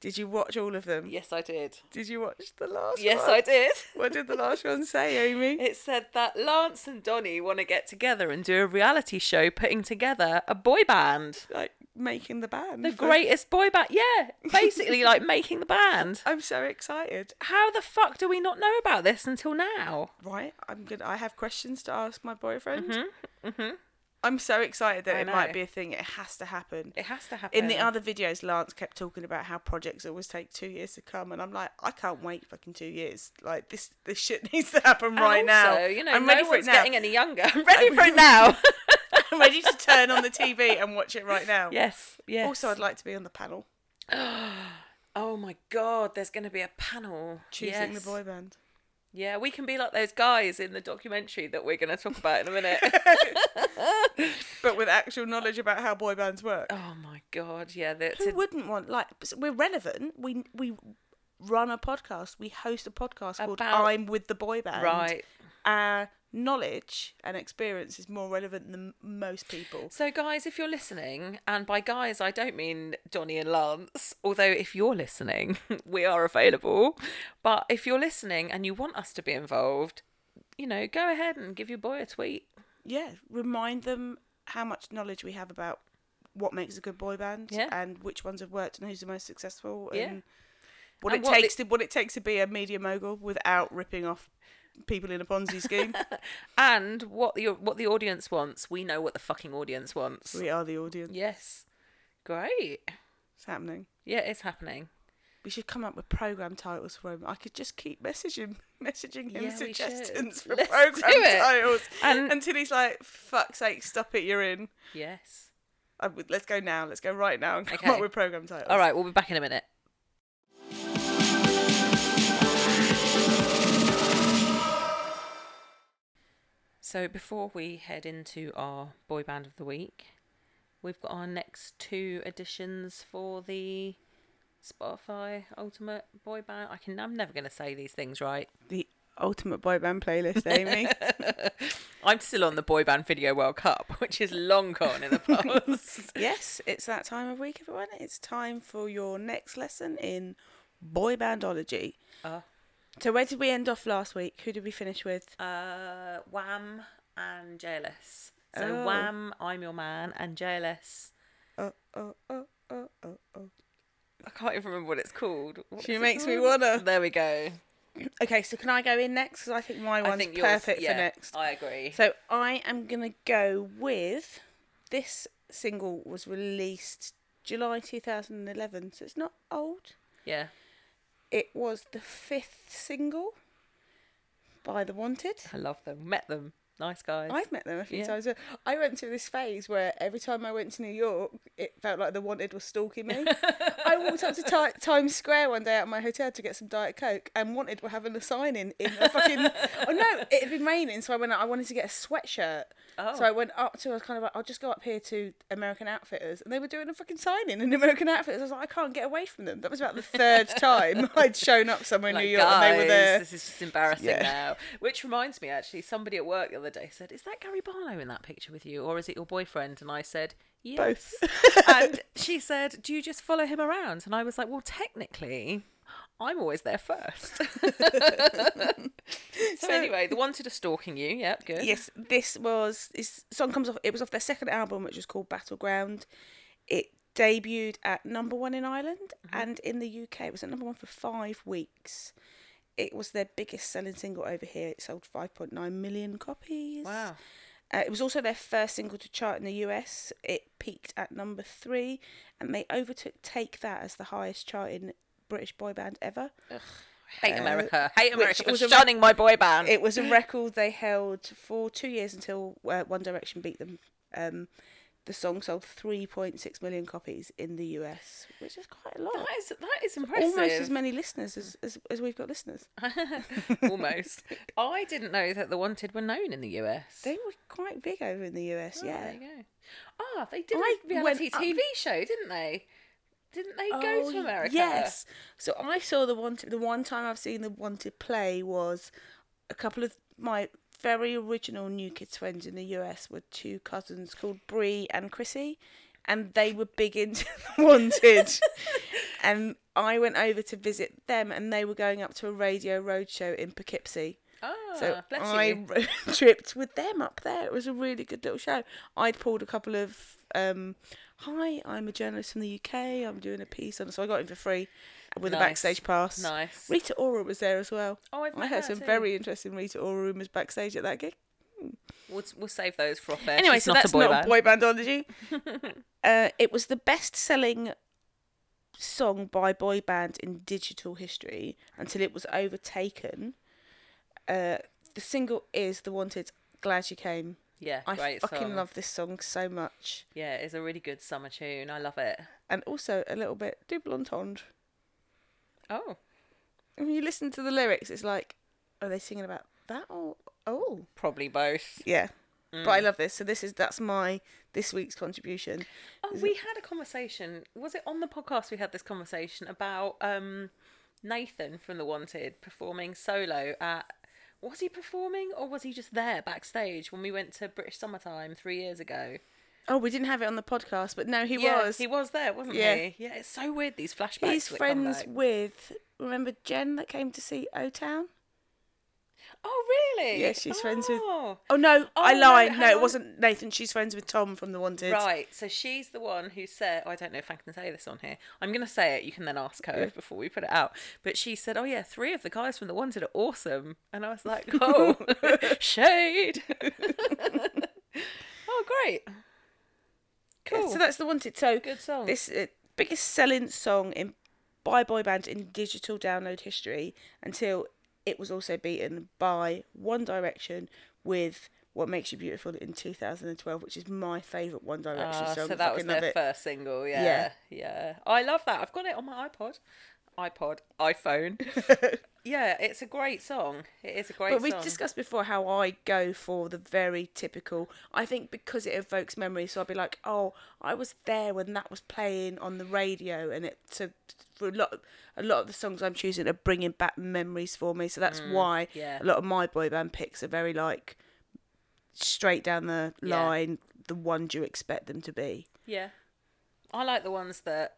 [SPEAKER 3] Did you watch all of them?
[SPEAKER 2] Yes, I did.
[SPEAKER 3] Did you watch the last?
[SPEAKER 2] Yes,
[SPEAKER 3] one?
[SPEAKER 2] I did.
[SPEAKER 3] What did the last one say, Amy?
[SPEAKER 2] It said that Lance and Donnie want to get together and do a reality show, putting together a boy band.
[SPEAKER 3] like making the band.
[SPEAKER 2] The
[SPEAKER 3] Like,
[SPEAKER 2] greatest boy band. Yeah, basically like making the band.
[SPEAKER 3] I'm so excited.
[SPEAKER 2] How the fuck do we not know about this until now?
[SPEAKER 3] Right, I'm gonna. I have questions to ask my boyfriend. Mm-hmm. I'm so excited that
[SPEAKER 2] I
[SPEAKER 3] it might
[SPEAKER 2] know.
[SPEAKER 3] be a thing. It has to happen.
[SPEAKER 2] It has to happen.
[SPEAKER 3] In the other videos, Lance kept talking about how projects always take two years to come, and I'm like, I can't wait fucking two years. Like this, this shit needs to happen
[SPEAKER 2] And
[SPEAKER 3] right now.
[SPEAKER 2] also, you know,
[SPEAKER 3] I'm
[SPEAKER 2] no
[SPEAKER 3] ready for it
[SPEAKER 2] one's
[SPEAKER 3] now.
[SPEAKER 2] getting any younger. I'm ready for it now.
[SPEAKER 3] I'm ready to turn on the TV and watch it right now.
[SPEAKER 2] yes, yes.
[SPEAKER 3] Also, I'd like to be on the panel
[SPEAKER 2] oh my god, there's going to be a panel
[SPEAKER 3] choosing
[SPEAKER 2] Yes.
[SPEAKER 3] the boy band.
[SPEAKER 2] Yeah, we can be like those guys in the documentary that we're going to talk about in a minute.
[SPEAKER 3] But with actual knowledge about how boy bands work.
[SPEAKER 2] oh my god, yeah. The,
[SPEAKER 3] Who
[SPEAKER 2] to-
[SPEAKER 3] wouldn't want like s- we're relevant. We we run a podcast. We host a podcast called
[SPEAKER 2] About-
[SPEAKER 3] I'm with the boy band.
[SPEAKER 2] right.
[SPEAKER 3] Our knowledge and experience is more relevant than most people.
[SPEAKER 2] So, guys, if you're listening, and by guys, I don't mean Donnie and Lance, although if you're listening, we are available. But if you're listening and you want us to be involved, you know, go ahead and give your boy a tweet.
[SPEAKER 3] Yeah, remind them how much knowledge we have about what makes a good boy band
[SPEAKER 2] Yeah.
[SPEAKER 3] and which ones have worked and who's the most successful and
[SPEAKER 2] Yeah.
[SPEAKER 3] what
[SPEAKER 2] And
[SPEAKER 3] it
[SPEAKER 2] what the-
[SPEAKER 3] takes to what it takes to be a media mogul without ripping off people in a Ponzi scheme.
[SPEAKER 2] And what the what the audience wants, we know what the fucking audience wants.
[SPEAKER 3] we are the audience.
[SPEAKER 2] Yes, great.
[SPEAKER 3] It's happening.
[SPEAKER 2] Yeah, it's happening.
[SPEAKER 3] We should come up with program titles for him. I could just keep messaging messaging him
[SPEAKER 2] Yeah, we should.
[SPEAKER 3] suggestions for
[SPEAKER 2] Let's
[SPEAKER 3] program
[SPEAKER 2] do it.
[SPEAKER 3] titles
[SPEAKER 2] And-
[SPEAKER 3] until he's like, "Fuck's sake, stop it! You're in.
[SPEAKER 2] Yes.
[SPEAKER 3] I would, let's go now. Let's go right now and come
[SPEAKER 2] Okay.
[SPEAKER 3] up with program titles."
[SPEAKER 2] All right, we'll be back in a minute. So, before we head into our boy band of the week, we've got our next two editions for the Spotify Ultimate Boy Band. I can. I'm never going to say these things right.
[SPEAKER 3] The ultimate boy band playlist, Amy.
[SPEAKER 2] I'm still on the Boy Band Video World Cup, which is long gone in the past.
[SPEAKER 3] yes, it's that time of week, everyone. It's time for your next lesson in boy bandology.
[SPEAKER 2] Uh.
[SPEAKER 3] So where did we end off last week? Who did we finish with?
[SPEAKER 2] Uh, Wham and JLS. So
[SPEAKER 3] Oh.
[SPEAKER 2] Wham, I'm Your Man, and JLS.
[SPEAKER 3] Oh, oh, oh, oh, oh, oh.
[SPEAKER 2] I can't even remember what it's called. What
[SPEAKER 3] She
[SPEAKER 2] is it
[SPEAKER 3] makes me
[SPEAKER 2] called?
[SPEAKER 3] wanna.
[SPEAKER 2] There we go.
[SPEAKER 3] Okay, so can I go in next? Because I think my
[SPEAKER 2] I
[SPEAKER 3] one's
[SPEAKER 2] think yours-
[SPEAKER 3] perfect
[SPEAKER 2] yeah,
[SPEAKER 3] for next.
[SPEAKER 2] I agree.
[SPEAKER 3] So I am gonna go with this single was released July 2011, so it's not old.
[SPEAKER 2] Yeah.
[SPEAKER 3] It was the fifth single by The Wanted.
[SPEAKER 2] I love them. Met them. Nice guys.
[SPEAKER 3] I've met them a few
[SPEAKER 2] Yeah.
[SPEAKER 3] times. I went through this phase where every time I went to New York, it felt like The Wanted was stalking me. I walked up to Ti Times Square one day out of my hotel to get some Diet Coke, and Wanted were having a sign in in a fucking. oh no, it had been raining, so I went. out- I wanted to get a sweatshirt, so
[SPEAKER 2] Oh.
[SPEAKER 3] I went up to. I was kind of like, I'll just go up here to American Outfitters, and they were doing a fucking sign in in American Outfitters. I was like, I can't get away from them. That was about the third time I'd shown up somewhere in
[SPEAKER 2] Like,
[SPEAKER 3] New York, and they were
[SPEAKER 2] guys,
[SPEAKER 3] there.
[SPEAKER 2] This is just embarrassing
[SPEAKER 3] Yeah.
[SPEAKER 2] now. Which reminds me, actually, somebody at work the other day said, "Is that Gary Barlow in that picture with you, or is it your boyfriend?" And I said, "Yes." and she said, "Do you just follow him around?" And I was like, "Well, technically." I'm always there first. so, anyway, the wanted are stalking you. Yep, good.
[SPEAKER 3] Yes, this was this song comes off. It was off their second album, which was called Battleground. It debuted at number one in Ireland and in the UK. It was at number one for five weeks. It was their biggest selling single over here. It sold 5.9 million copies.
[SPEAKER 2] Wow.
[SPEAKER 3] Uh, it was also their first single to chart in the US. It peaked at number three, and they overtook Take That as the highest charting British boy band ever.
[SPEAKER 2] Hate
[SPEAKER 3] Uh,
[SPEAKER 2] America. Hate
[SPEAKER 3] which
[SPEAKER 2] America for
[SPEAKER 3] was a-
[SPEAKER 2] shunning my boy band.
[SPEAKER 3] It was a record they held for two years until uh, One Direction beat them. Um, the song sold 3.6 million copies in the US, which is quite a lot.
[SPEAKER 2] that is that is impressive.
[SPEAKER 3] Almost as many listeners as, as, as we've got listeners.
[SPEAKER 2] Almost. I didn't know that the wanted were known in the US.
[SPEAKER 3] They were quite big over in the US,
[SPEAKER 2] Oh,
[SPEAKER 3] yeah.
[SPEAKER 2] There you go. Ah, they did
[SPEAKER 3] I
[SPEAKER 2] a reality
[SPEAKER 3] went up-
[SPEAKER 2] TV show, didn't they? Didn't they go
[SPEAKER 3] Oh,
[SPEAKER 2] to America?
[SPEAKER 3] Yes. So I saw the wanted. The one time I've seen the wanted play was a couple of my very original New Kids friends in the US were two cousins called Bree and Chrissy, and they were big into the wanted. and I went over to visit them, and they were going up to a radio roadshow in Poughkeepsie.
[SPEAKER 2] Ah,
[SPEAKER 3] So
[SPEAKER 2] bless
[SPEAKER 3] I
[SPEAKER 2] you.
[SPEAKER 3] road tripped with them up there. It was a really good little show. I'd pulled a couple of um, hi, I'm a journalist from the UK. I'm doing a piece on, so I got in for free with a
[SPEAKER 2] Nice.
[SPEAKER 3] backstage pass.
[SPEAKER 2] Nice.
[SPEAKER 3] Rita Ora was there as well.
[SPEAKER 2] Oh, I've
[SPEAKER 3] I
[SPEAKER 2] met
[SPEAKER 3] heard
[SPEAKER 2] her
[SPEAKER 3] some
[SPEAKER 2] too.
[SPEAKER 3] very interesting Rita Ora rumours backstage at that gig.
[SPEAKER 2] We'll, we'll save those for off air.
[SPEAKER 3] Anyway,
[SPEAKER 2] She's
[SPEAKER 3] so
[SPEAKER 2] not
[SPEAKER 3] that's
[SPEAKER 2] a boy
[SPEAKER 3] not
[SPEAKER 2] band.
[SPEAKER 3] a boy bandology. uh, it was the best-selling song by boy band in digital history until it was overtaken. Uh, the single is "The Wanted." Glad you came.
[SPEAKER 2] Yeah,
[SPEAKER 3] I
[SPEAKER 2] great
[SPEAKER 3] fucking
[SPEAKER 2] song.
[SPEAKER 3] love this song so much,
[SPEAKER 2] Yeah, it's a really good summer tune. I love it.
[SPEAKER 3] and also a little bit double entendre.
[SPEAKER 2] Oh,
[SPEAKER 3] When you listen to the lyrics, it's like, are they singing about that or oh
[SPEAKER 2] probably both.
[SPEAKER 3] yeah?
[SPEAKER 2] Mm.
[SPEAKER 3] But I love this. So this is that's my this week's contribution.
[SPEAKER 2] Oh, we had a conversation. Was it on the podcast we had this conversation about um, Nathan from The Wanted performing solo at. Was he performing or was he just there backstage when we went to British Summertime three years ago?
[SPEAKER 3] Oh, we didn't have it on the podcast, but no, he
[SPEAKER 2] yeah,
[SPEAKER 3] was.
[SPEAKER 2] He was there, wasn't
[SPEAKER 3] Yeah.
[SPEAKER 2] he? Yeah, it's so weird these flashbacks.
[SPEAKER 3] He's
[SPEAKER 2] that come
[SPEAKER 3] friends
[SPEAKER 2] back.
[SPEAKER 3] with remember Jen that came to see O Town.
[SPEAKER 2] Oh, really?
[SPEAKER 3] Yeah, she's friends with-
[SPEAKER 2] Oh.
[SPEAKER 3] Oh no, I
[SPEAKER 2] no,
[SPEAKER 3] lied. No,
[SPEAKER 2] hang
[SPEAKER 3] it
[SPEAKER 2] on.
[SPEAKER 3] wasn't Nathan. She's friends with Tom from The Wanted.
[SPEAKER 2] Right, so she's the one who said, oh, I don't know if I can say this on here. I'm going to say it. You can then ask her before we put it out. But she said, Oh, yeah, three of the guys from The Wanted are awesome. And I was like, Oh, shade. oh, great.
[SPEAKER 3] Yeah,
[SPEAKER 2] Cool.
[SPEAKER 3] So that's The Wanted. So
[SPEAKER 2] Good song.
[SPEAKER 3] This uh, biggest selling song in by boy band in digital download history until it was also beaten by One Direction with What Makes You Beautiful in 2012, which is my favourite One Direction
[SPEAKER 2] Ah,
[SPEAKER 3] song.
[SPEAKER 2] so
[SPEAKER 3] I
[SPEAKER 2] that was
[SPEAKER 3] fucking love
[SPEAKER 2] their
[SPEAKER 3] it.
[SPEAKER 2] first single. Yeah,
[SPEAKER 3] Yeah.
[SPEAKER 2] yeah, I love that. I've got it on my iPod, iPod, iPhone. yeah, it's a great song. It is a great
[SPEAKER 3] But we've
[SPEAKER 2] song.
[SPEAKER 3] discussed before how I go for the very typical. I think because it evokes memory, so I'll be like, "Oh, I was there when that was playing on the radio," and it so for a lot, a lot of the songs I'm choosing are bringing back memories for me. So that's why
[SPEAKER 2] Mm, yeah.
[SPEAKER 3] a lot of my boy band picks are very like straight down the
[SPEAKER 2] Yeah.
[SPEAKER 3] line, the ones you expect them to be.
[SPEAKER 2] Yeah, I like the ones that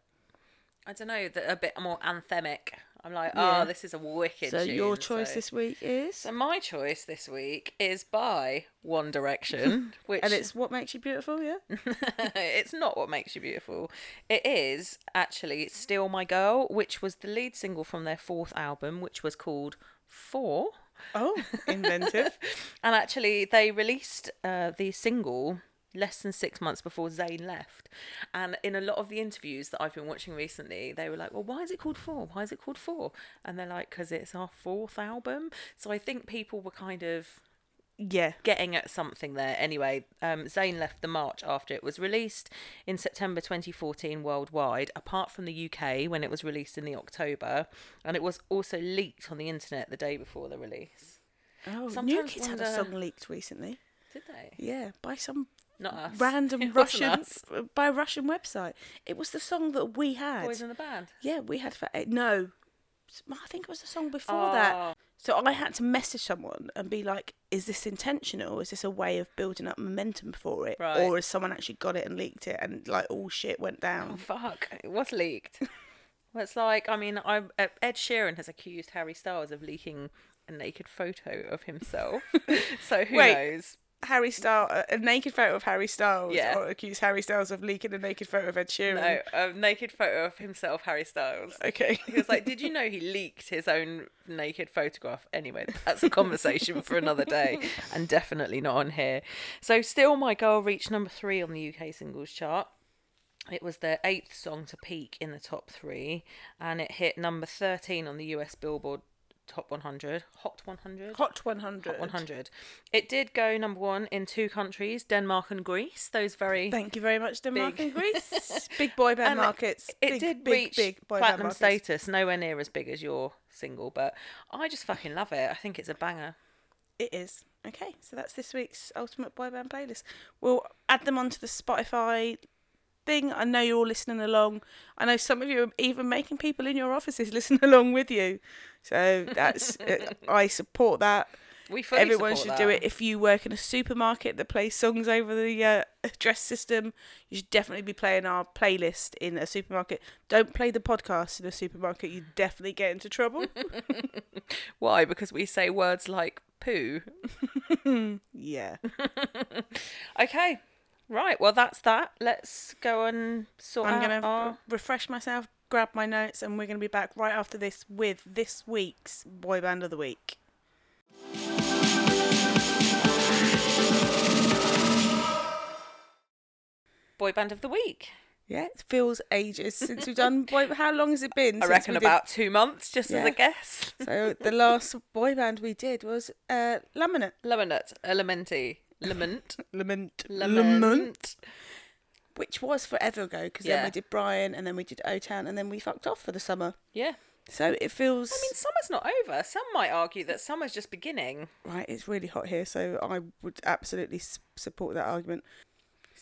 [SPEAKER 2] I don't know that are a bit more anthemic. I'm like,
[SPEAKER 3] Yeah.
[SPEAKER 2] oh, this is a wicked.
[SPEAKER 3] So your
[SPEAKER 2] tune,"
[SPEAKER 3] choice
[SPEAKER 2] so-
[SPEAKER 3] this week is,
[SPEAKER 2] So my choice this week is by One Direction, which
[SPEAKER 3] and it's what makes you beautiful, yeah.
[SPEAKER 2] it's not what makes you beautiful. It is actually Still My Girl, which was the lead single from their fourth album, which was called Four.
[SPEAKER 3] Oh, inventive.
[SPEAKER 2] And actually, they released uh, the single less than six months before Zayn left. And in a lot of the interviews that I've been watching recently, they were like, well, why is it called Four? Why is it called Four? And they're like, because it's our fourth album. So I think people were kind of
[SPEAKER 3] yeah.
[SPEAKER 2] getting at something there. Anyway, um, Zayn left the March after it was released in September 2014 worldwide, apart from the UK when it was released in the October, and it was also leaked on the internet the day before the release.
[SPEAKER 3] Oh, New
[SPEAKER 2] Sometimes
[SPEAKER 3] Kids had a
[SPEAKER 2] wonder-
[SPEAKER 3] song leaked recently.
[SPEAKER 2] Did they?
[SPEAKER 3] Yeah, by some
[SPEAKER 2] Not us.
[SPEAKER 3] random
[SPEAKER 2] It wasn't
[SPEAKER 3] Russian
[SPEAKER 2] us.
[SPEAKER 3] by a Russian website. It was the song that we had.
[SPEAKER 2] boys in the band.
[SPEAKER 3] Yeah, we had for eight. No, S- I think it was the song before
[SPEAKER 2] Ah. Oh.
[SPEAKER 3] that. So I had to message someone and be like, "Is this intentional? Is this a way of building up momentum for it,
[SPEAKER 2] Right.
[SPEAKER 3] or has someone actually got it and leaked it and like all shit went down?"
[SPEAKER 2] Fuck, it was leaked. Well, it's like, I mean, I uh, Ed Sheeran has accused Harry Styles of leaking a naked photo of himself. so who
[SPEAKER 3] Wait.
[SPEAKER 2] knows?
[SPEAKER 3] Harry Styles, a- a naked photo of Harry Styles,
[SPEAKER 2] Oh. Yeah.
[SPEAKER 3] or accuse Harry Styles of leaking a naked photo of Ed
[SPEAKER 2] No,
[SPEAKER 3] Sheeran.
[SPEAKER 2] a naked photo of himself, Harry Styles.
[SPEAKER 3] Okay.
[SPEAKER 2] He was like, "Did you know he leaked his own naked photograph?" Anyway, that's a conversation for another day, and definitely not on here. So, still, my girl reached number three on the UK singles chart. It was their eighth song to peak in the top three, and it hit number thirteen on the US Billboard Top 100, Hot 100.
[SPEAKER 3] Hot 100.
[SPEAKER 2] Hot 100. It did go number one in two countries, Denmark and Greece. Those very
[SPEAKER 3] Thank you very much, Denmark
[SPEAKER 2] Big.
[SPEAKER 3] and Greece. big boy band
[SPEAKER 2] And it-
[SPEAKER 3] markets.
[SPEAKER 2] It
[SPEAKER 3] big,
[SPEAKER 2] did
[SPEAKER 3] big,
[SPEAKER 2] reach
[SPEAKER 3] big boy band
[SPEAKER 2] platinum
[SPEAKER 3] markets.
[SPEAKER 2] status, nowhere near as big as your single, but I just fucking love it. I think it's a banger.
[SPEAKER 3] It is. Okay, so that's this week's Ultimate Boy Band playlist. We'll add them onto the Spotify thing. I know you're all listening along. I know some of you are even making people in your offices listen along with you. So that's, I support that.
[SPEAKER 2] We fully
[SPEAKER 3] Everyone should
[SPEAKER 2] support
[SPEAKER 3] do it.
[SPEAKER 2] that.
[SPEAKER 3] If you work in a supermarket that plays songs over the uh, address system, you should definitely be playing our playlist in a supermarket. Don't play the podcast in a supermarket. You definitely get into trouble.
[SPEAKER 2] Why? Because we say words like poo.
[SPEAKER 3] yeah.
[SPEAKER 2] Okay. Right. Well, that's that. Let's go and sort
[SPEAKER 3] I'm
[SPEAKER 2] out
[SPEAKER 3] going to
[SPEAKER 2] our.
[SPEAKER 3] refresh myself, grab my notes, and we're going to be back right after this with this week's Boy Band of the Week.
[SPEAKER 2] Boy Band of the Week.
[SPEAKER 3] Yeah, it feels ages since we've done Boy How long has it been?
[SPEAKER 2] I
[SPEAKER 3] since
[SPEAKER 2] reckon
[SPEAKER 3] we did-
[SPEAKER 2] about two months, just as
[SPEAKER 3] Yeah.
[SPEAKER 2] a guess.
[SPEAKER 3] So the last boy band we did was uh, Laminate.
[SPEAKER 2] Laminate, elementi, lament,
[SPEAKER 3] Lament.
[SPEAKER 2] lament.
[SPEAKER 3] Which was forever ago because then
[SPEAKER 2] Yeah.
[SPEAKER 3] we did Brian and then we did O Town and then we fucked off for the summer.
[SPEAKER 2] Yeah.
[SPEAKER 3] So it feels.
[SPEAKER 2] I mean, summer's not over. Some might argue that summer's just beginning.
[SPEAKER 3] right, it's really hot here, so I would absolutely s- support that argument.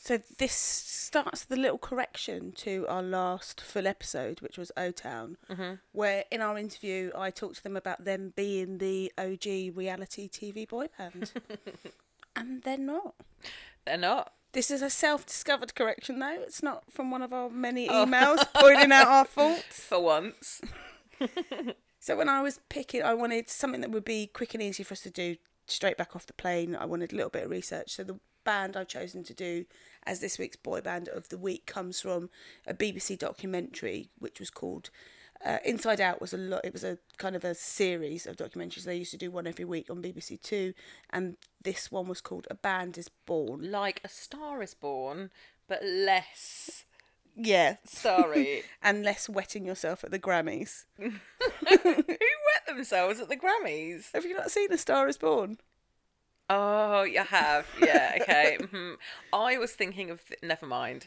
[SPEAKER 3] So this starts the little correction to our last full episode, which was O Town,
[SPEAKER 2] Mm-hmm.
[SPEAKER 3] where in our interview I talked to them about them being the OG reality TV boy band, and they're not.
[SPEAKER 2] They're not.
[SPEAKER 3] This is a self-discovered correction, though. It's not from one of our many
[SPEAKER 2] Oh.
[SPEAKER 3] emails pointing out our faults.
[SPEAKER 2] for once.
[SPEAKER 3] So when I was picking, I wanted something that would be quick and easy for us to do straight back off the plane. I wanted a little bit of research. So the band I've chosen to do as this week's boy band of the week comes from a BBC documentary which was called uh, Inside Out. was a lot. It was a kind of a series of documentaries. They used to do one every week on BBC Two, and this one was called A Band Is Born.
[SPEAKER 2] Like a star is born, but less
[SPEAKER 3] Yeah,
[SPEAKER 2] starry.
[SPEAKER 3] unless wetting yourself at the Grammys.
[SPEAKER 2] Who wet themselves at the Grammys?
[SPEAKER 3] Have you not seen A Star Is Born?
[SPEAKER 2] Oh, you have. Yeah, okay. mhm. I was thinking of. Th- never mind.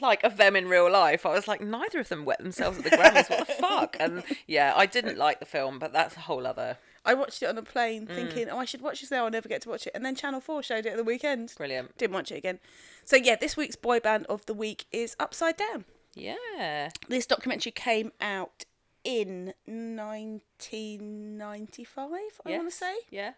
[SPEAKER 2] Like of them in real life, I was like, neither of them wet themselves at the Grammys. What the fuck? And yeah, I didn't like the film, but that's a whole other
[SPEAKER 3] I watched it on a plane thinking, oh, I should watch this now. I'll never get to watch it. And then Channel 4 showed it at the weekend.
[SPEAKER 2] brilliant.
[SPEAKER 3] Didn't watch it again. So, yeah, this week's boy band of the week is Upside Down.
[SPEAKER 2] Yeah,
[SPEAKER 3] This documentary came out in 1995, I want to
[SPEAKER 2] Yes.
[SPEAKER 3] say.
[SPEAKER 2] yeah.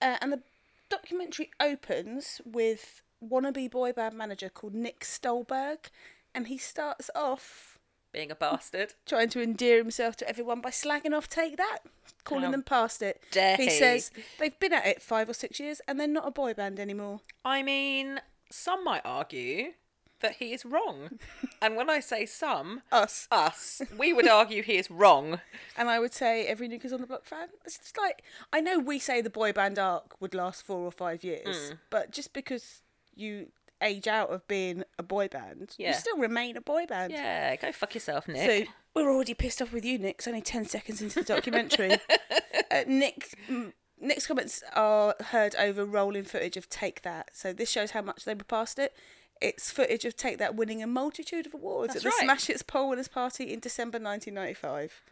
[SPEAKER 3] Uh, and the documentary opens with wannabe boy band manager called Nick Stolberg. And he starts off
[SPEAKER 2] Being a bastard.
[SPEAKER 3] trying to endear himself to everyone by slagging off Take That, calling
[SPEAKER 2] How
[SPEAKER 3] them past it.
[SPEAKER 2] dare
[SPEAKER 3] he
[SPEAKER 2] he.
[SPEAKER 3] says they've been at it five or six years and they're not a boy band anymore.
[SPEAKER 2] I mean, some might argue that he is wrong, and when I say some,
[SPEAKER 3] Us.
[SPEAKER 2] us, we would argue he is wrong.
[SPEAKER 3] And I would say every Nukers on the Block fan. It's just like, I know we say the boy band arc would last four or five years,
[SPEAKER 2] Mm.
[SPEAKER 3] but just because you age out of being a boy band,
[SPEAKER 2] Yeah.
[SPEAKER 3] you still remain a boy band.
[SPEAKER 2] Yeah, go fuck yourself, Nick.
[SPEAKER 3] So we're already pissed off with you, Nick. It's only ten seconds into the documentary. uh, Nick, mm, Nick's comments are heard over rolling footage of Take That. So this shows how much they were past it. It's footage of Take That winning a multitude of awards
[SPEAKER 2] That's
[SPEAKER 3] at the
[SPEAKER 2] right.
[SPEAKER 3] Smash Hits Poll Winners Party in December 1995.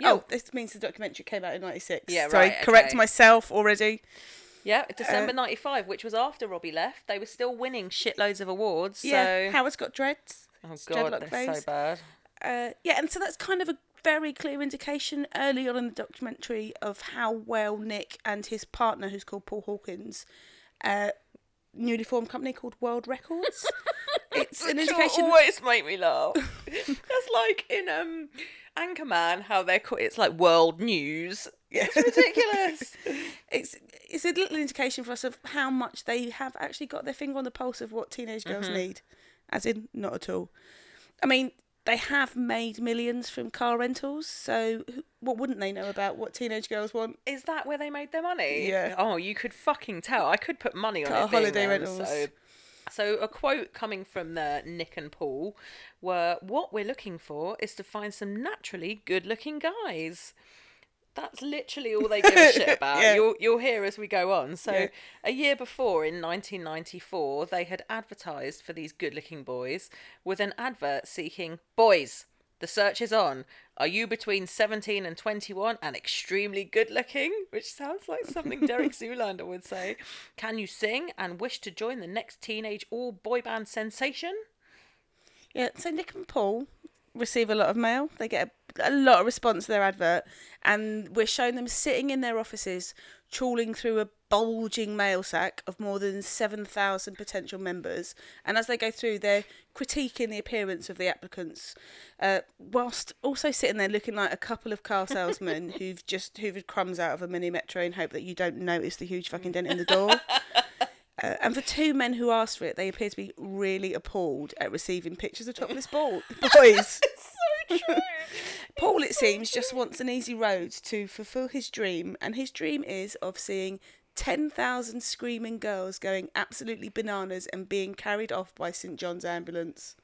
[SPEAKER 2] Yeah.
[SPEAKER 3] Oh, this means the documentary came out in 96.
[SPEAKER 2] Yeah,
[SPEAKER 3] Sorry,
[SPEAKER 2] right,
[SPEAKER 3] correct
[SPEAKER 2] okay.
[SPEAKER 3] myself already.
[SPEAKER 2] yeah, December '95, which was after Robbie left, they were still winning shitloads of awards.
[SPEAKER 3] Yeah,
[SPEAKER 2] so.
[SPEAKER 3] Howard's got dreads.
[SPEAKER 2] Oh god,
[SPEAKER 3] dreadlock
[SPEAKER 2] they're so
[SPEAKER 3] phase.
[SPEAKER 2] bad.
[SPEAKER 3] uh, yeah, and so that's kind of a very clear indication early on in the documentary of how well Nick and his partner, who's called Paul Hawkins, uh, newly formed company called World Records. it's an
[SPEAKER 2] Which will
[SPEAKER 3] indication.
[SPEAKER 2] always make me laugh. That's like in um Anchorman, how they're called, it's like world news. Yeah.
[SPEAKER 3] It's ridiculous. it's it's a little indication for us of how much they have actually got their finger on the pulse of what teenage girls need, as in not at all. I mean, they have made millions from car rentals, so who- what wouldn't they know about what teenage girls want?
[SPEAKER 2] Is that where they made their money?
[SPEAKER 3] Yeah.
[SPEAKER 2] Oh, you could fucking tell. I could put money on it.
[SPEAKER 3] Car
[SPEAKER 2] being
[SPEAKER 3] holiday
[SPEAKER 2] them,
[SPEAKER 3] rentals.
[SPEAKER 2] So. So a quote coming from the Nick and Paul were what we're looking for is to find some naturally good looking guys. That's literally all they give a shit about.
[SPEAKER 3] Yeah.
[SPEAKER 2] You'll you'll hear as we go on. So
[SPEAKER 3] Yeah.
[SPEAKER 2] a year before in 1994 they had advertised for these good looking boys with an advert seeking boys the search is on. Are you between 17 and 21 and extremely good looking? Which sounds like something Derek Zoolander would say. Can you sing and wish to join the next teenage all boy band sensation?
[SPEAKER 3] Yeah, so Nick and Paul receive a lot of mail. They get a, a lot of response to their advert, and we're showing them sitting in their offices, trawling through a bulging mail sack of more than 7,000 potential members. And as they go through, they're critiquing the appearance of the applicants, uh, whilst also sitting there looking like a couple of car salesmen who've just hoovered crumbs out of a mini metro in hope that you don't notice the huge fucking dent in the door. Uh, and for two men who asked for it, they appear to be really appalled at receiving pictures of topless ball- boys.
[SPEAKER 2] So true.
[SPEAKER 3] Paul, it seems, just wants an easy road to fulfill his dream, and his dream is of seeing 10,000 screaming girls going absolutely bananas and being carried off by St John's ambulance.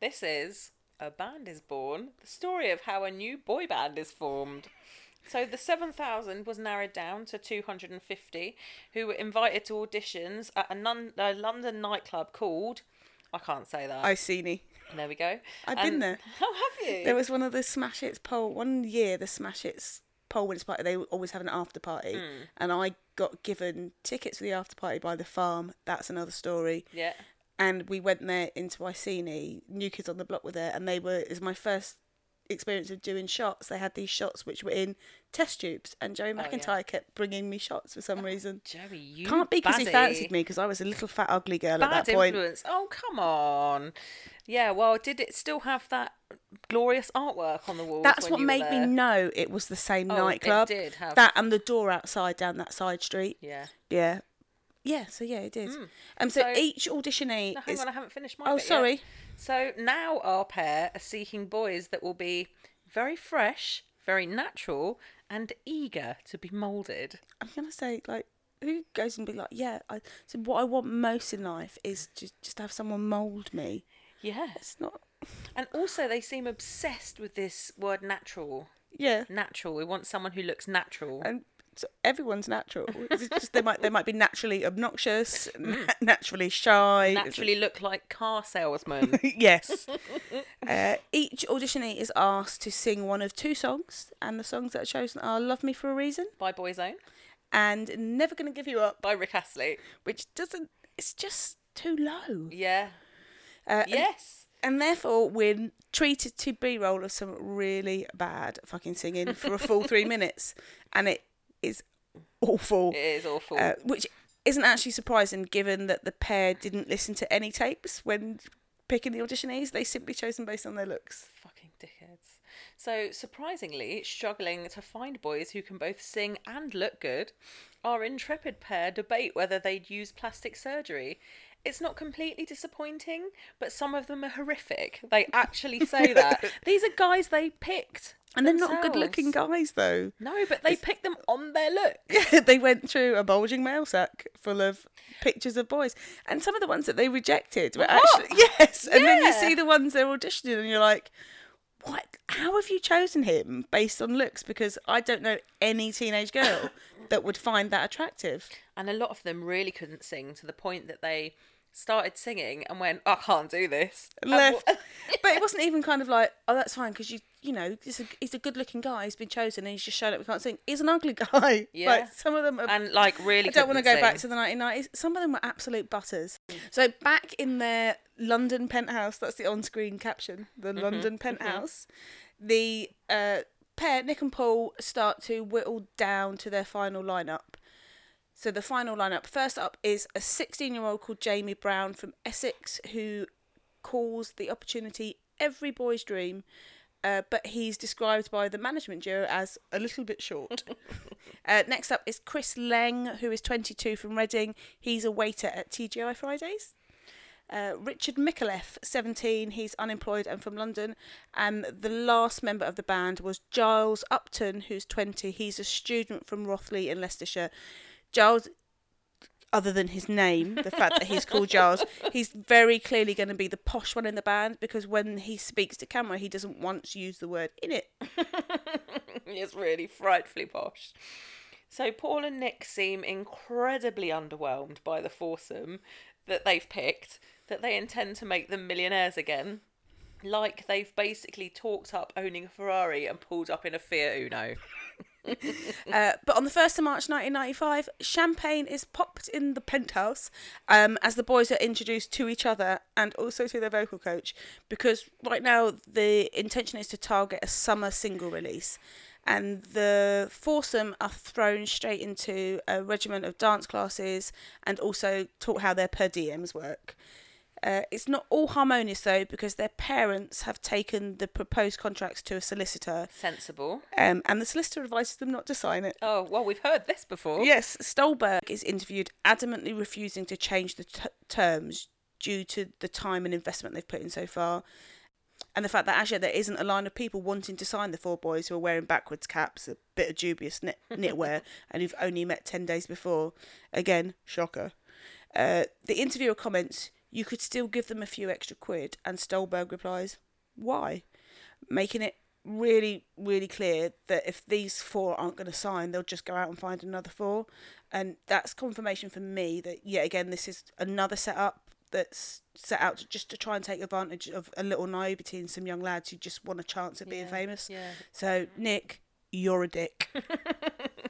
[SPEAKER 2] this is A Band is Born, the story of how a new boy band is formed. So the 7,000 was narrowed down to 250 who were invited to auditions at a, nun- a London nightclub called. I can't say that.
[SPEAKER 3] I see me.
[SPEAKER 2] There we go.
[SPEAKER 3] I've been there.
[SPEAKER 2] Oh, have you?
[SPEAKER 3] There was one of the Smash Hits poll. One year, the Smash Hits poll winners party. They always have an after party, and I got given tickets for the after party by the farm. That's another story.
[SPEAKER 2] Yeah.
[SPEAKER 3] And we went there into Iceni. New Kids on the Block were there, and they were. It was my first experience of doing shots. They had these shots which were in test tubes, and Joey
[SPEAKER 2] Oh,
[SPEAKER 3] McIntyre kept bringing me shots for some reason.
[SPEAKER 2] Joey, you
[SPEAKER 3] Can't be because he
[SPEAKER 2] baddie.
[SPEAKER 3] fancied me because I was a little fat ugly girl
[SPEAKER 2] Bad
[SPEAKER 3] at that point.
[SPEAKER 2] influence. Oh, come on. Yeah, well, did it still have that glorious artwork on the wall?
[SPEAKER 3] That's what made me know it was the same
[SPEAKER 2] Oh, it
[SPEAKER 3] nightclub.
[SPEAKER 2] did have-
[SPEAKER 3] That and the door outside down that side street. Yeah.
[SPEAKER 2] Yeah. Hmm.
[SPEAKER 3] Yeah, so yeah, it did. Um, so,
[SPEAKER 2] So-
[SPEAKER 3] each auditionee
[SPEAKER 2] No, hang
[SPEAKER 3] is.
[SPEAKER 2] on, I haven't finished my
[SPEAKER 3] Oh,
[SPEAKER 2] bit yet.
[SPEAKER 3] sorry.
[SPEAKER 2] So now our pair are seeking boys that will be very fresh, very natural, and eager to be moulded.
[SPEAKER 3] I'm gonna say like, who goes and be like, yeah? I, so what I want most in life is just just to have someone mould me.
[SPEAKER 2] Yes.
[SPEAKER 3] It's not.
[SPEAKER 2] And also, they seem obsessed with this word natural.
[SPEAKER 3] Yeah.
[SPEAKER 2] Natural. We want someone who looks natural.
[SPEAKER 3] And so everyone's natural. It's just they might they might be naturally obnoxious, na- Mm. naturally shy. It's-
[SPEAKER 2] naturally look like car salesman.
[SPEAKER 3] yes. uh, each auditionee is asked to sing one of two songs, and the songs that are chosen are "Love Me for a Reason"
[SPEAKER 2] by Boyzone.
[SPEAKER 3] and "Never Gonna Give You Up,"
[SPEAKER 2] By Rick Astley.
[SPEAKER 3] which doesn't. It's just too low.
[SPEAKER 2] Yeah.
[SPEAKER 3] Uh, and-
[SPEAKER 2] Yes.
[SPEAKER 3] and therefore we're treated to b-roll of some really bad fucking singing for a full three minutes and it is awful
[SPEAKER 2] It is awful.
[SPEAKER 3] uh, which isn't actually surprising given that the pair didn't listen to any tapes when picking the auditionees they simply chose them based on their looks
[SPEAKER 2] Fucking dickheads. So, surprisingly, struggling to find boys who can both sing and look good, our intrepid pair debate whether they'd use plastic surgery. It's not completely disappointing, but some of them are horrific. They actually say that. These are guys they picked.
[SPEAKER 3] and they're not good
[SPEAKER 2] themselves.
[SPEAKER 3] looking guys though
[SPEAKER 2] No, but they picked them on their look.
[SPEAKER 3] they went through a bulging mail sack full of pictures of boys, and some of the ones that they rejected were actually yes. And then you
[SPEAKER 2] Yeah.
[SPEAKER 3] see the ones they're auditioning, and you're like, "What? How have you chosen him based on looks?" Because I don't know any teenage girl that would find that attractive.
[SPEAKER 2] and a lot of them really couldn't sing to the point that they started singing and went, "I can't do this." And wa-
[SPEAKER 3] Left, but it wasn't even kind of like, "Oh, that's fine," because you, you know, he's a, he's a good-looking guy. He's been chosen, and he's just showed up. We can't sing. He's an ugly guy.
[SPEAKER 2] Yeah.
[SPEAKER 3] like, some of them are
[SPEAKER 2] and like really,
[SPEAKER 3] I don't want to
[SPEAKER 2] couldn't
[SPEAKER 3] go back to
[SPEAKER 2] sing.
[SPEAKER 3] the 1990s. Some of them were absolute butters. So back in their London penthouse, that's the on-screen caption, the London penthouse, the uh, pair Nick and Paul start to whittle down to their final lineup. So the final lineup, first up, is a 16-year-old called Jamie Brown from Essex who calls the opportunity every boy's dream Uh, but he's described by the management duo as a little bit short. uh, next up is Chris Leng, who is 22 from Reading. He's a waiter at TGI Fridays. Uh, Richard Micaleff, 17, he's unemployed and from London. And the last member of the band was Giles Upton, who's 20. He's a student from Rothley in Leicestershire. Giles, other than his name, the fact that he's called Giles, he's very clearly going to be the posh one in the band because when he speaks to camera, he doesn't once use the word in it.
[SPEAKER 2] It's really frightfully posh. So Paul and Nick seem incredibly underwhelmed by the foursome that they've picked, that they intend to make them millionaires again. Like they've basically talked up owning a Ferrari and pulled up in a Fiat Uno.
[SPEAKER 3] Uh, but on the 1st of March 1995, champagne is popped in the penthouse um, as the boys are introduced to each other and also to their vocal coach because right now the intention is to target a summer single release. And the foursome are thrown straight into a regiment of dance classes and also taught how their per diems work. Uh, it's not all harmonious though because their parents have taken the proposed contracts to a solicitor
[SPEAKER 2] Sensible.
[SPEAKER 3] um, and the solicitor advises them not to sign it.
[SPEAKER 2] Oh, well, we've heard this before.
[SPEAKER 3] Yes, Stolberg is interviewed, adamantly refusing to change the t- terms due to the time and investment they've put in so far, and the fact that actually there isn't a line of people wanting to sign the four boys who are wearing backwards caps, a bit of dubious knit- knitwear, and who've only met ten days before. Again, shocker. Uh, the interviewer comments, "You could still give them a few extra quid," and Stolberg replies, "Why?" making it really, really clear that if these four aren't going to sign, they'll just go out and find another four. And that's confirmation for me that, yet again, this is another setup that's set out to, just to try and take advantage of a little naivety in some young lads who just want a chance at being famous.
[SPEAKER 2] yeah.
[SPEAKER 3] So, Nick, you're a dick.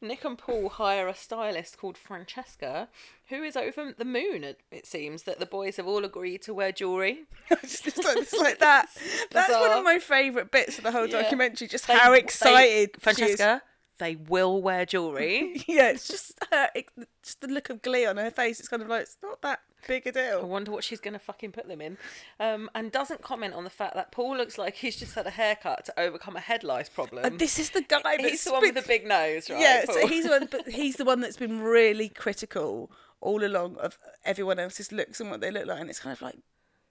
[SPEAKER 2] Nick and Paul hire a stylist called Francesca, who is over the moon, it, it seems, that the boys have all agreed to wear jewellery.
[SPEAKER 3] it's, just like, it's like that. That's one
[SPEAKER 2] bizarre.
[SPEAKER 3] of my favourite bits of the whole
[SPEAKER 2] Yeah.
[SPEAKER 3] documentary, just
[SPEAKER 2] They-
[SPEAKER 3] how
[SPEAKER 2] they-
[SPEAKER 3] excited she is.
[SPEAKER 2] Francesca, they will wear jewellery.
[SPEAKER 3] Yeah, it's just, uh, it, just the look of glee on her face. It's kind of like, it's not that big a deal.
[SPEAKER 2] I wonder what she's going to fucking put them in. Um, and doesn't comment on the fact that Paul looks like he's just had a haircut to overcome a head lice problem.
[SPEAKER 3] And this is the guy that's
[SPEAKER 2] he's the one with the
[SPEAKER 3] been-
[SPEAKER 2] big nose, right?
[SPEAKER 3] yeah. So
[SPEAKER 2] Paul?
[SPEAKER 3] he's the one, but he's the one that's been really critical all along of everyone else's looks and what they look like, and it's kind of like,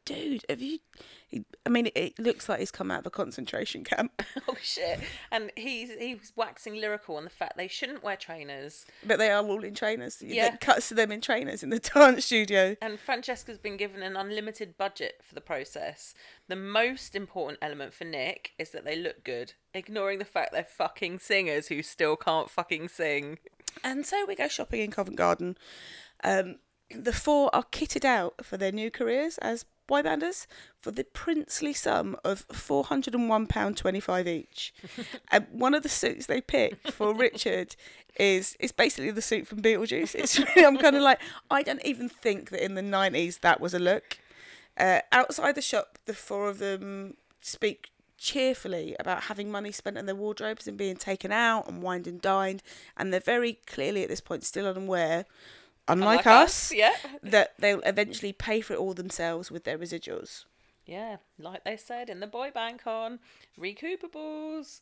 [SPEAKER 3] dude, have you? He, I mean, it, it looks like he's come out of a concentration camp,
[SPEAKER 2] oh shit! And he's he was waxing lyrical on the fact they shouldn't wear trainers.
[SPEAKER 3] but they are all in trainers.
[SPEAKER 2] Yeah.
[SPEAKER 3] It cuts to them in trainers in the dance studio.
[SPEAKER 2] And Francesca's been given an unlimited budget for the process. The most important element for Nick is that they look good, ignoring the fact they're fucking singers who still can't fucking sing.
[SPEAKER 3] And so we go shopping in Covent Garden. Um, the four are kitted out for their new careers as boybanders for the princely sum of £401.25 each. and one of the suits they pick for Richard is it's basically the suit from Beetlejuice. It's really, I'm kind of like, I don't even think that in the 90s that was a look. Uh, outside the shop, the four of them speak cheerfully about having money spent on their wardrobes and being taken out and wined and dined. And they're very clearly at this point still unaware, unlike,
[SPEAKER 2] Like
[SPEAKER 3] us,
[SPEAKER 2] yeah,
[SPEAKER 3] that they'll eventually pay for it all themselves with their residuals.
[SPEAKER 2] Yeah, like they said in the boy band con, recoupables.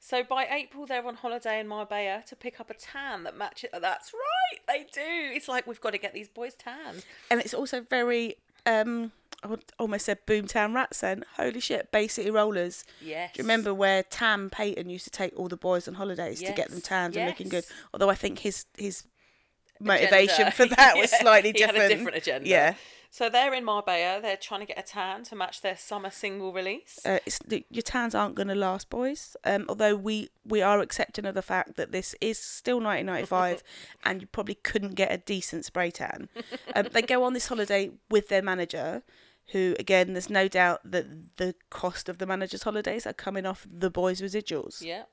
[SPEAKER 2] So by April, they're on holiday in Marbella to pick up a tan that matches. That's right, they do. It's like we've got to get these boys tan.
[SPEAKER 3] And it's also very, um, I would almost said Boomtown Rats then. Holy shit, Bay City Rollers.
[SPEAKER 2] Yes.
[SPEAKER 3] Do you remember where Tam Payton used to take all the boys on holidays to get them
[SPEAKER 2] Yes,
[SPEAKER 3] tanned and looking good?
[SPEAKER 2] yes.
[SPEAKER 3] Although I think his his motivation
[SPEAKER 2] Agenda.
[SPEAKER 3] for that was
[SPEAKER 2] Yeah,
[SPEAKER 3] slightly
[SPEAKER 2] he had
[SPEAKER 3] different.
[SPEAKER 2] a different agenda.
[SPEAKER 3] Yeah.
[SPEAKER 2] So they're in Marbella. They're trying to get a tan to match their summer single release.
[SPEAKER 3] Uh, it's, the- your tans aren't going to last, boys. Um, although we we are accepting of the fact that this is still 1995, and you probably couldn't get a decent spray tan. Um, they go on this holiday with their manager, who again, there's no doubt that the cost of the manager's holidays are coming off the boys' residuals.
[SPEAKER 2] Yeah.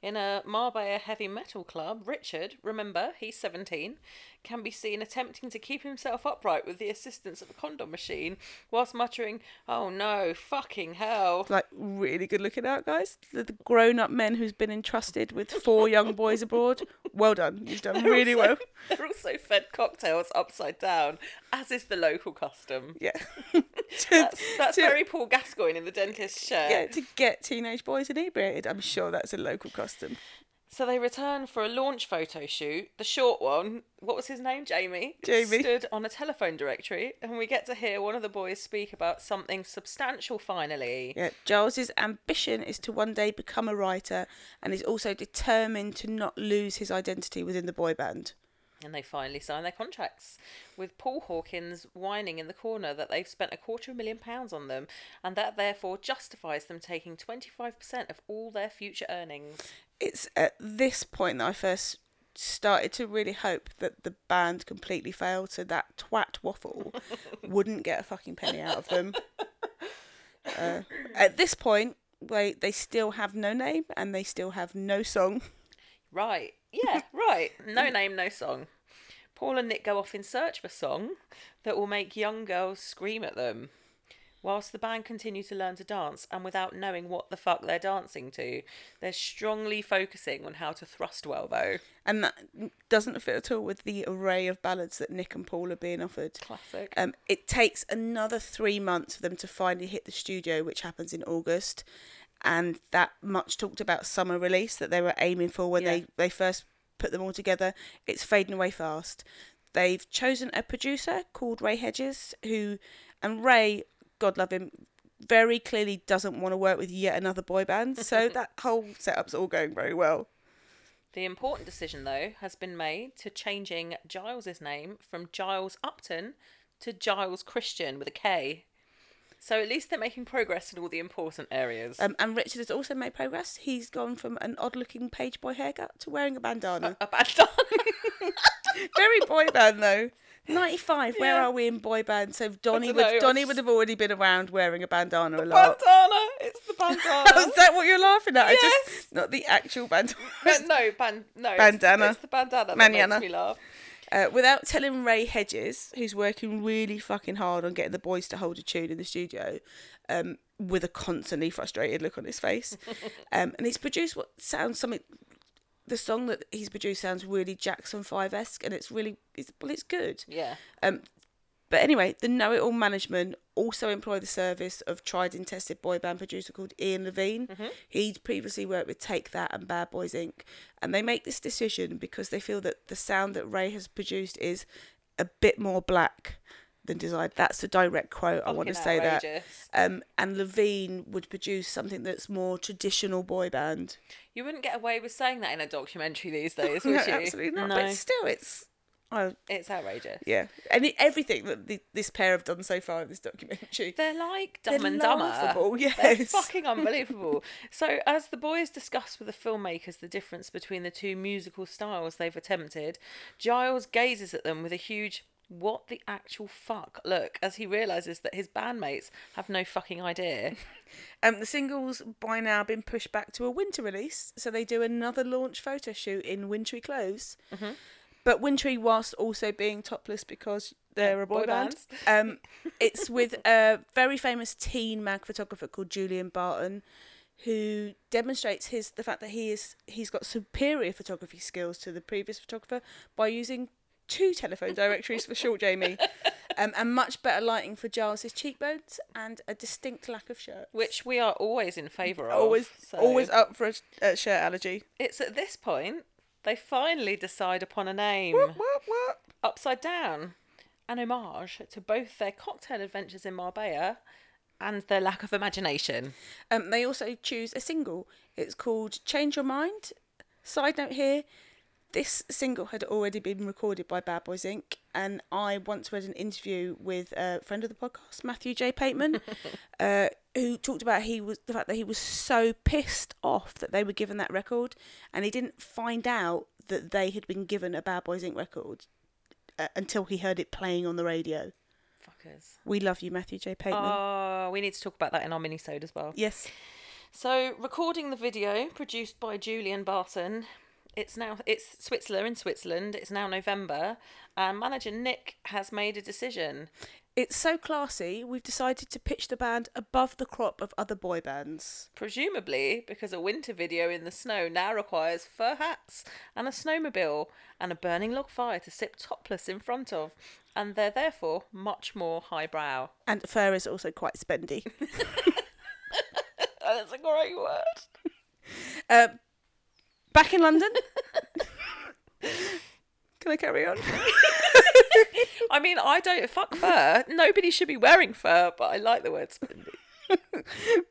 [SPEAKER 2] In a Marbella heavy metal club, Richard, remember, he's 17, can be seen attempting to keep himself upright with the assistance of a condom machine whilst muttering, Oh no, fucking hell.
[SPEAKER 3] Like really good looking out guys, the, the grown up men who's been entrusted with four young boys abroad. Well done. You've done really well.
[SPEAKER 2] They're also fed cocktails upside down, as is the local custom.
[SPEAKER 3] Yeah.
[SPEAKER 2] That's, that's very Paul Gascoigne in the dentist's shirt.
[SPEAKER 3] yeah, to get teenage boys inebriated. I'm sure that's a local custom.
[SPEAKER 2] So they return for a launch photo shoot. The short one, what was his name? Jamie.
[SPEAKER 3] Jamie.
[SPEAKER 2] Stood on a telephone directory, and we get to hear one of the boys speak about something substantial finally.
[SPEAKER 3] Yeah, Giles's ambition is to one day become a writer and is also determined to not lose his identity within the boy band.
[SPEAKER 2] And they finally sign their contracts, with Paul Hawkins whining in the corner that they've spent a quarter of a million pounds on them, and that therefore justifies them taking 25% of all their future earnings.
[SPEAKER 3] It's at this point that I first started to really hope that the band completely failed so that twat waffle wouldn't get a fucking penny out of them. Uh, at this point, they, they still have no name and they still have no song.
[SPEAKER 2] Right. Yeah, right. No name, no song. Paul and Nick go off in search of a song that will make young girls scream at them. Whilst the band continue to learn to dance and without knowing what the fuck they're dancing to, they're strongly focusing on how to thrust well, though.
[SPEAKER 3] And that doesn't fit at all with the array of ballads that Nick and Paul are being offered.
[SPEAKER 2] Classic.
[SPEAKER 3] Um, it takes another three months for them to finally hit the studio, which happens in August. And that much talked about summer release that they were aiming for when
[SPEAKER 2] Yeah.
[SPEAKER 3] they, they first put them all together, it's fading away fast. They've chosen a producer called Ray Hedges, who, and Ray, God love him, very clearly doesn't want to work with yet another boy band. So that whole setup's all going very well.
[SPEAKER 2] The important decision, though, has been made to changing Giles's name from Giles Upton to Giles Christian with a K. So at least they're making progress in all the important areas.
[SPEAKER 3] Um, and Richard has also made progress. He's gone from an odd looking page boy haircut to wearing a bandana.
[SPEAKER 2] a bad done.
[SPEAKER 3] Very boy band though. Ninety five. Where
[SPEAKER 2] Yeah.
[SPEAKER 3] are we in boy band? So Donny
[SPEAKER 2] don't
[SPEAKER 3] would
[SPEAKER 2] know, I
[SPEAKER 3] Donny
[SPEAKER 2] just-
[SPEAKER 3] would have already been around wearing a bandana a lot.
[SPEAKER 2] Bandana. It's the bandana.
[SPEAKER 3] Oh, is that what you're laughing at? I
[SPEAKER 2] Yes.
[SPEAKER 3] just not the actual bandana.
[SPEAKER 2] But no, ban- no, it's-
[SPEAKER 3] Bandana.
[SPEAKER 2] It's, the bandana that
[SPEAKER 3] Manana.
[SPEAKER 2] makes me laugh.
[SPEAKER 3] Uh, without telling Ray Hedges, who's working really fucking hard on getting the boys to hold a tune in the studio, um, with a constantly frustrated look on his face, um, and he's produced what sounds something. The song that he's produced sounds really Jackson Five esque, and it's really it's well, it's good.
[SPEAKER 2] Yeah.
[SPEAKER 3] Um, but anyway, the Know It All management also employ the service of tried and tested boy band producer called Ian Levine.
[SPEAKER 2] Mm-hmm.
[SPEAKER 3] He'd previously worked with Take That and Bad Boys Inc. And they make this decision because they feel that the sound that Ray has produced is a bit more black than desired. That's a direct quote. I want to
[SPEAKER 2] Fucking
[SPEAKER 3] say that.
[SPEAKER 2] outrageous.
[SPEAKER 3] Um, and Levine would produce something that's more traditional boy band.
[SPEAKER 2] You wouldn't get away with saying that in a documentary these days, would
[SPEAKER 3] No,
[SPEAKER 2] you?
[SPEAKER 3] absolutely not.
[SPEAKER 2] No,
[SPEAKER 3] But still, it's. I
[SPEAKER 2] it's outrageous.
[SPEAKER 3] yeah, and it- everything that the, this pair have done so far in this documentary.
[SPEAKER 2] They're like Dumb
[SPEAKER 3] They're
[SPEAKER 2] and Dumber.
[SPEAKER 3] laughable,
[SPEAKER 2] They're
[SPEAKER 3] yes.
[SPEAKER 2] fucking unbelievable. so, as the boys discuss with the filmmakers the difference between the two musical styles they've attempted, Giles gazes at them with a huge "What the actual fuck?" look as he realizes that his bandmates have no fucking idea.
[SPEAKER 3] Um, the single's by now been pushed back to a winter release, so they do another launch photo shoot in wintry clothes, but wintry whilst also being topless because they're a boy,
[SPEAKER 2] Boy
[SPEAKER 3] band. Um, it's with a very famous teen mag photographer called Julian Barton, who demonstrates his the fact that he is he's got superior photography skills to the previous photographer by using two telephone directories for short Jamie. Um, and much better lighting for Giles's cheekbones and a distinct lack of shirt
[SPEAKER 2] which we are always in favour of.
[SPEAKER 3] always
[SPEAKER 2] so-
[SPEAKER 3] always up for a, a shirt allergy.
[SPEAKER 2] It's at this point they finally decide upon a name
[SPEAKER 3] What what?
[SPEAKER 2] upside down, an homage to both their cocktail adventures in Marbella and their lack of imagination.
[SPEAKER 3] Um, they also choose a single. It's called "Change Your Mind." Side note here: this single had already been recorded by Bad Boys Inc. And I once read an interview with a friend of the podcast, Matthew J. Pateman, uh, who talked about he was the fact that he was so pissed off that they were given that record, and he didn't find out that they had been given a Bad Boys Inc. record uh, until he heard it playing on the radio.
[SPEAKER 2] Fuckers.
[SPEAKER 3] We love you, Matthew J. Pateman.
[SPEAKER 2] Oh, we need to talk about that in our mini-sode as well.
[SPEAKER 3] Yes.
[SPEAKER 2] So, recording the video produced by Julian Barton. It's now it's Switzerland in Switzerland. It's now November, and manager Nick has made a decision.
[SPEAKER 3] It's so classy, we've decided to pitch the band above the crop of other boy bands.
[SPEAKER 2] Presumably because a winter video in the snow now requires fur hats and a snowmobile and a burning log fire to sit topless in front of, and they're therefore much more highbrow.
[SPEAKER 3] And fur is also quite spendy.
[SPEAKER 2] Oh, that's a great word.
[SPEAKER 3] Uh, back in London. Can I carry on?
[SPEAKER 2] I mean, I don't fuck fur. Nobody should be wearing fur, but I like the word spendy.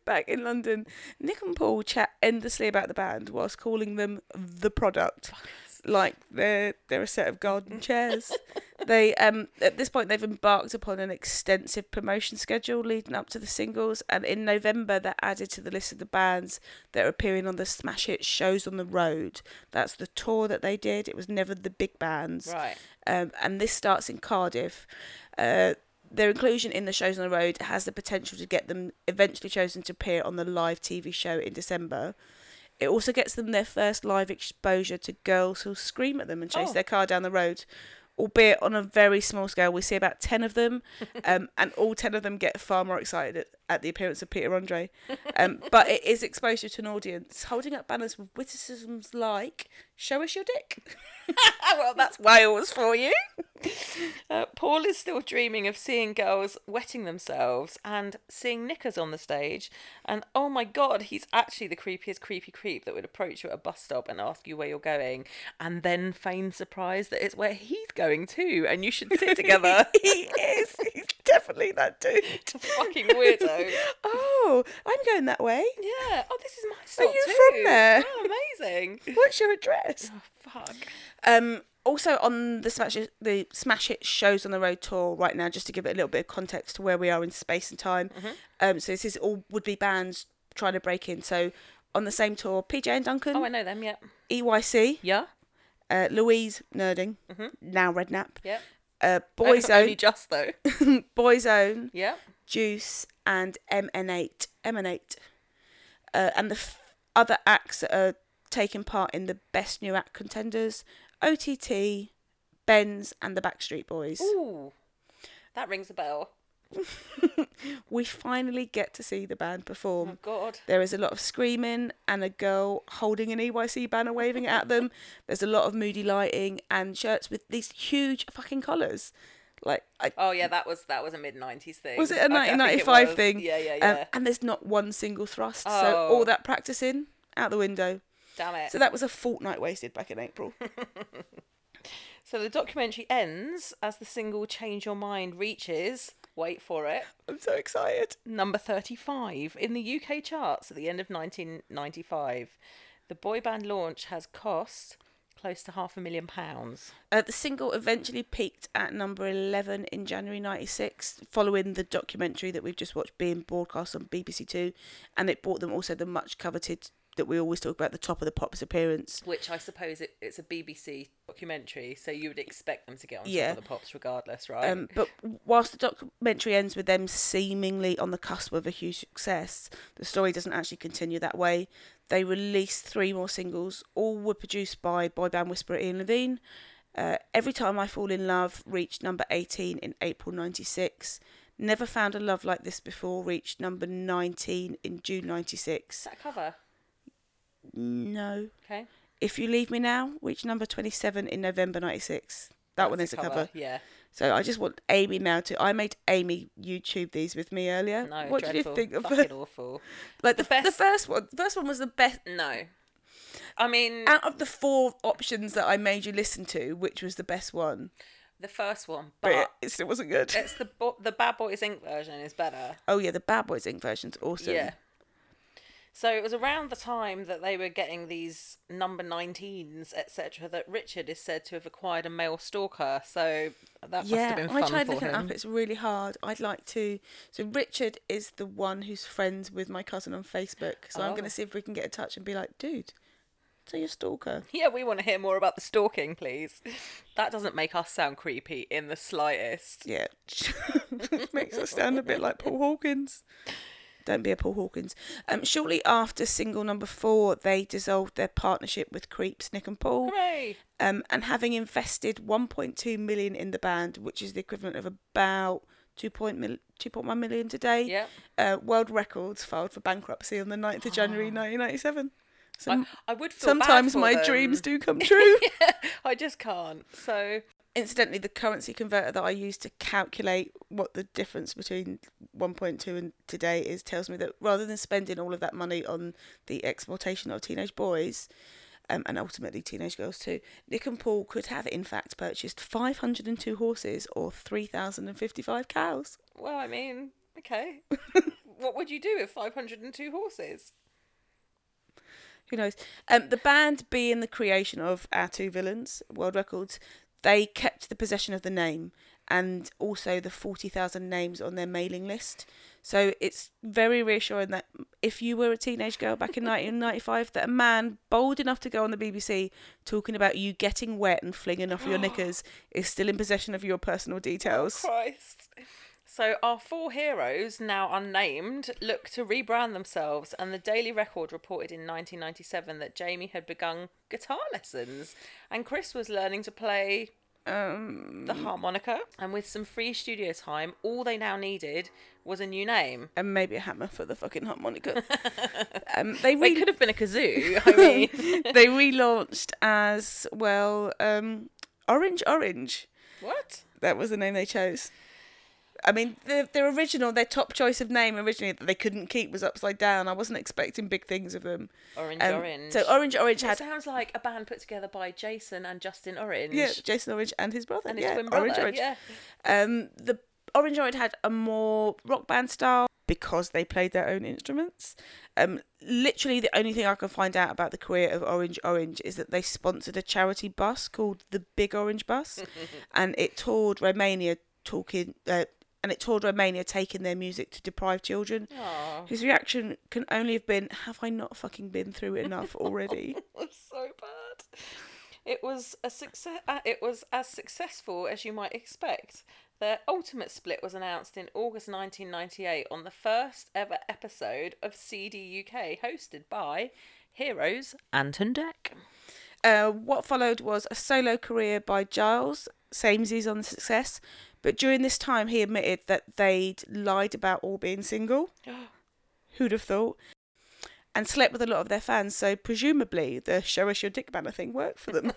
[SPEAKER 3] back in London, Nick and Paul chat endlessly about the band whilst calling them the product. Like they're they're a set of garden chairs. they um at this point they've embarked upon an extensive promotion schedule leading up to the singles, and in November they're added to the list of the bands that are appearing on the smash hit shows on the road. That's the tour that they did. It was never the big bands
[SPEAKER 2] Right.
[SPEAKER 3] um, and this starts in Cardiff. Uh, their inclusion in the shows on the road has the potential to get them eventually chosen to appear on the live TV show in December. It also gets them their first live exposure to girls who'll scream at them and chase
[SPEAKER 2] Oh.
[SPEAKER 3] their car down the road, albeit on a very small scale. We see about 10 of them, um, and all 10 of them get far more excited at, at the appearance of Peter Andre. Um, but it is exposure to an audience, holding up banners with witticisms like, Show us your dick.
[SPEAKER 2] well, that's Wales for you. Uh, Paul is still dreaming of seeing girls wetting themselves and seeing knickers on the stage. And oh my god, he's actually the creepiest creepy creep that would approach you at a bus stop and ask you where you're going and then feign surprise that it's where he's going too and you should sit together.
[SPEAKER 3] he is. He's definitely that dude.
[SPEAKER 2] Fucking weirdo.
[SPEAKER 3] Oh, I'm going that way.
[SPEAKER 2] Yeah. Oh, this is my stop
[SPEAKER 3] you
[SPEAKER 2] too.
[SPEAKER 3] from there?
[SPEAKER 2] Oh, amazing.
[SPEAKER 3] What's your address?
[SPEAKER 2] Fuck.
[SPEAKER 3] Um, also on the smash the smash it shows on the road tour right now, just to give it a little bit of context to where we are in space and time.
[SPEAKER 2] Mm-hmm.
[SPEAKER 3] Um, so this is all would be bands trying to break in. So on the same tour, PJ and Duncan,
[SPEAKER 2] Oh, I know them. Yeah.
[SPEAKER 3] EYC,
[SPEAKER 2] Yeah.
[SPEAKER 3] uh, Louise Nerding, now Redknapp,
[SPEAKER 2] Yep.
[SPEAKER 3] uh,
[SPEAKER 2] Mm-hmm. Only
[SPEAKER 3] Boyzone,
[SPEAKER 2] just though.
[SPEAKER 3] Boyzone,
[SPEAKER 2] Yeah.
[SPEAKER 3] Juice and MN8. MN8. Uh, and the f- other acts that are taking part in the Best New Act contenders OTT, Benz, and the Backstreet Boys.
[SPEAKER 2] Ooh. That rings a bell.
[SPEAKER 3] We finally get to see the band perform.
[SPEAKER 2] Oh God.
[SPEAKER 3] There is a lot of screaming and a girl holding an EYC banner waving it at them. There's a lot of moody lighting and shirts with these huge fucking collars. Like, I,
[SPEAKER 2] Oh yeah, that was that was a mid nineties thing.
[SPEAKER 3] was it
[SPEAKER 2] I- I
[SPEAKER 3] a
[SPEAKER 2] think
[SPEAKER 3] 1995
[SPEAKER 2] was.
[SPEAKER 3] thing?
[SPEAKER 2] Yeah, yeah,
[SPEAKER 3] Um,
[SPEAKER 2] yeah.
[SPEAKER 3] and there's not one single thrust. So
[SPEAKER 2] Oh.
[SPEAKER 3] all that practicing out the window.
[SPEAKER 2] Damn it.
[SPEAKER 3] So
[SPEAKER 2] So,
[SPEAKER 3] that was a fortnight wasted back in April.
[SPEAKER 2] the documentary ends as the single "Change Your Mind" reaches. Wait for it.
[SPEAKER 3] I'm so excited.
[SPEAKER 2] Number thirty-five in the UK charts at the end of nineteen ninety-five. The boy band launch has cost close to half a million pounds.
[SPEAKER 3] Uh, the single eventually peaked at number 11 in January 96, following the documentary that we've just watched being broadcast on BBC Two. And it brought them also the much coveted, that we always talk about, the top of the pops appearance.
[SPEAKER 2] Which I suppose it, it's a BBC documentary, so you would expect them to get on top
[SPEAKER 3] Yeah.
[SPEAKER 2] of the pops regardless, right?
[SPEAKER 3] Um, but whilst the documentary ends with them seemingly on the cusp of a huge success, the story doesn't actually continue that way. They released three more singles. All were produced by boy band whisperer Ian Levine. Uh, Every Time I Fall in Love reached number 18 in April 96. Never Found a Love Like This Before reached number 19 in June 96.
[SPEAKER 2] Is that a cover?
[SPEAKER 3] No.
[SPEAKER 2] Okay.
[SPEAKER 3] If You Leave Me Now reached number 27 in November 96. That one is
[SPEAKER 2] That's
[SPEAKER 3] a cover.
[SPEAKER 2] Yeah.
[SPEAKER 3] So I just want Amy now to. I made Amy YouTube these with me earlier.
[SPEAKER 2] No,
[SPEAKER 3] what
[SPEAKER 2] dreadful.
[SPEAKER 3] did you think of
[SPEAKER 2] Fucking
[SPEAKER 3] it?
[SPEAKER 2] awful.
[SPEAKER 3] Like the,
[SPEAKER 2] The best-
[SPEAKER 3] the first one. The first one was the best
[SPEAKER 2] No. I mean,
[SPEAKER 3] out of the four options that I made you listen to, which was the best one.
[SPEAKER 2] the first one,
[SPEAKER 3] But
[SPEAKER 2] but
[SPEAKER 3] it still wasn't good.
[SPEAKER 2] it's the bo- the Bad Boys Inc. version is better.
[SPEAKER 3] Oh yeah, the Bad Boys Inc. version's awesome.
[SPEAKER 2] Yeah. So it was around the time that they were getting these number 19s, etc., that Richard is said to have acquired a male stalker. So that must
[SPEAKER 3] Yeah,
[SPEAKER 2] have been fun
[SPEAKER 3] I tried
[SPEAKER 2] for
[SPEAKER 3] looking
[SPEAKER 2] him.
[SPEAKER 3] it up. It's really hard. I'd like to. So Richard is the one who's friends with my cousin on Facebook. So I'm
[SPEAKER 2] Oh.
[SPEAKER 3] going to see if we can get in touch and be like, dude, so you're a stalker.
[SPEAKER 2] Yeah, we want to hear more about the stalking, please. That doesn't make us sound creepy in the slightest.
[SPEAKER 3] Yeah. Makes us sound a bit like Paul Hawkins. Don't be a Paul Hawkins. Um, shortly after single number four, they dissolved their partnership with Creeps, Nick and Paul.
[SPEAKER 2] Hooray!
[SPEAKER 3] Um, and having invested 1.2 million in the band, which is the equivalent of about 2.1 mil- 2.1 million today.
[SPEAKER 2] Yep.
[SPEAKER 3] Uh, world records filed for bankruptcy on the 9th of January 1997. So
[SPEAKER 2] Ah. I, I would feel bad
[SPEAKER 3] sometimes
[SPEAKER 2] for
[SPEAKER 3] my
[SPEAKER 2] them.
[SPEAKER 3] dreams do come true.
[SPEAKER 2] I just can't. So
[SPEAKER 3] Incidentally, the currency converter that I use to calculate what the difference between 1.2 and today is tells me that rather than spending all of that money on the exploitation of teenage boys um, and ultimately teenage girls too, Nick and Paul could have in fact purchased 502 horses or 3,055 cows.
[SPEAKER 2] well, I mean, okay. what would you do with five hundred and two horses?
[SPEAKER 3] Who knows? Um, the band being the creation of our two villains, World Records, they kept the possession of the name and also the 40,000 names on their mailing list. So it's very reassuring that if you were a teenage girl back in 1995, that a man bold enough to go on the BBC talking about you getting wet and flinging off your knickers is still in possession of your personal details.
[SPEAKER 2] Oh, Christ. So our four heroes, now unnamed, look to rebrand themselves, and the Daily Record reported in 1997 that Jamie had begun guitar lessons, and Chris was learning to play um,
[SPEAKER 3] Mm.
[SPEAKER 2] the harmonica. And with some free studio time, all they now needed was a new name.
[SPEAKER 3] And maybe a hammer for the fucking harmonica. um, they
[SPEAKER 2] It
[SPEAKER 3] really
[SPEAKER 2] could have been a kazoo. I mean,
[SPEAKER 3] they relaunched as well um, Orange Orange.
[SPEAKER 2] what?
[SPEAKER 3] That was the name they chose. I mean, their, their original, their top choice of name originally that they couldn't keep was Upside Down. I wasn't expecting big things of them.
[SPEAKER 2] Orange
[SPEAKER 3] Um,
[SPEAKER 2] Orange.
[SPEAKER 3] So Orange Orange
[SPEAKER 2] It
[SPEAKER 3] had
[SPEAKER 2] sounds like a band put together by Jason and Justin Orange.
[SPEAKER 3] yeah, Jason Orange and his brother.
[SPEAKER 2] And his
[SPEAKER 3] yeah,
[SPEAKER 2] twin brother.
[SPEAKER 3] Orange Orange.
[SPEAKER 2] Yeah.
[SPEAKER 3] Um, the Orange Orange had a more rock band style because they played their own instruments. Um, literally, the only thing I can find out about the career of Orange Orange is that they sponsored a charity bus called the Big Orange Bus, and it toured Romania talking. Uh, and it toured Romania taking their music to deprived children. His reaction can only have been, Have I not fucking been through enough already?
[SPEAKER 2] was so bad. It was a success. Uh, it was as successful as you might expect. Their ultimate split was announced in August 1998 on the first ever episode of CD UK, hosted by Heroes Anton Deck.
[SPEAKER 3] Uh, what followed was a solo career by Giles, Samesies on success, but during this time he admitted that they'd lied about all being single. Who'd have thought? And slept with a lot of their fans, so presumably the show us your dick banner thing worked for them.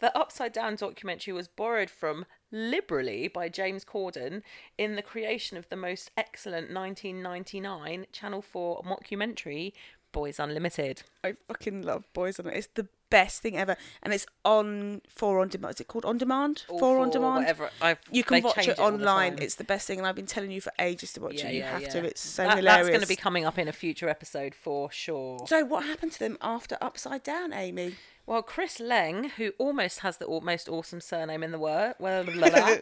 [SPEAKER 2] The Upside Down documentary was borrowed from liberally by James Corden in the creation of the most excellent 1999 Channel 4 mockumentary, Boys Unlimited.
[SPEAKER 3] I fucking love Boys on It. It's the best thing ever. And it's on four on demand. Is it called on demand?
[SPEAKER 2] All
[SPEAKER 3] four on
[SPEAKER 2] four,
[SPEAKER 3] demand.
[SPEAKER 2] whatever. I've-
[SPEAKER 3] you
[SPEAKER 2] they
[SPEAKER 3] can watch
[SPEAKER 2] change
[SPEAKER 3] it
[SPEAKER 2] it all the
[SPEAKER 3] online.
[SPEAKER 2] time.
[SPEAKER 3] It's the best thing, and I've been telling you for ages to watch it. You have to. It's so
[SPEAKER 2] That-
[SPEAKER 3] hilarious.
[SPEAKER 2] That's going to be coming up in a future episode for sure.
[SPEAKER 3] So what happened to them after Upside Down, Amy?
[SPEAKER 2] Well, Chris Leng, who almost has the au- most awesome surname in the world, well, blah, blah, blah.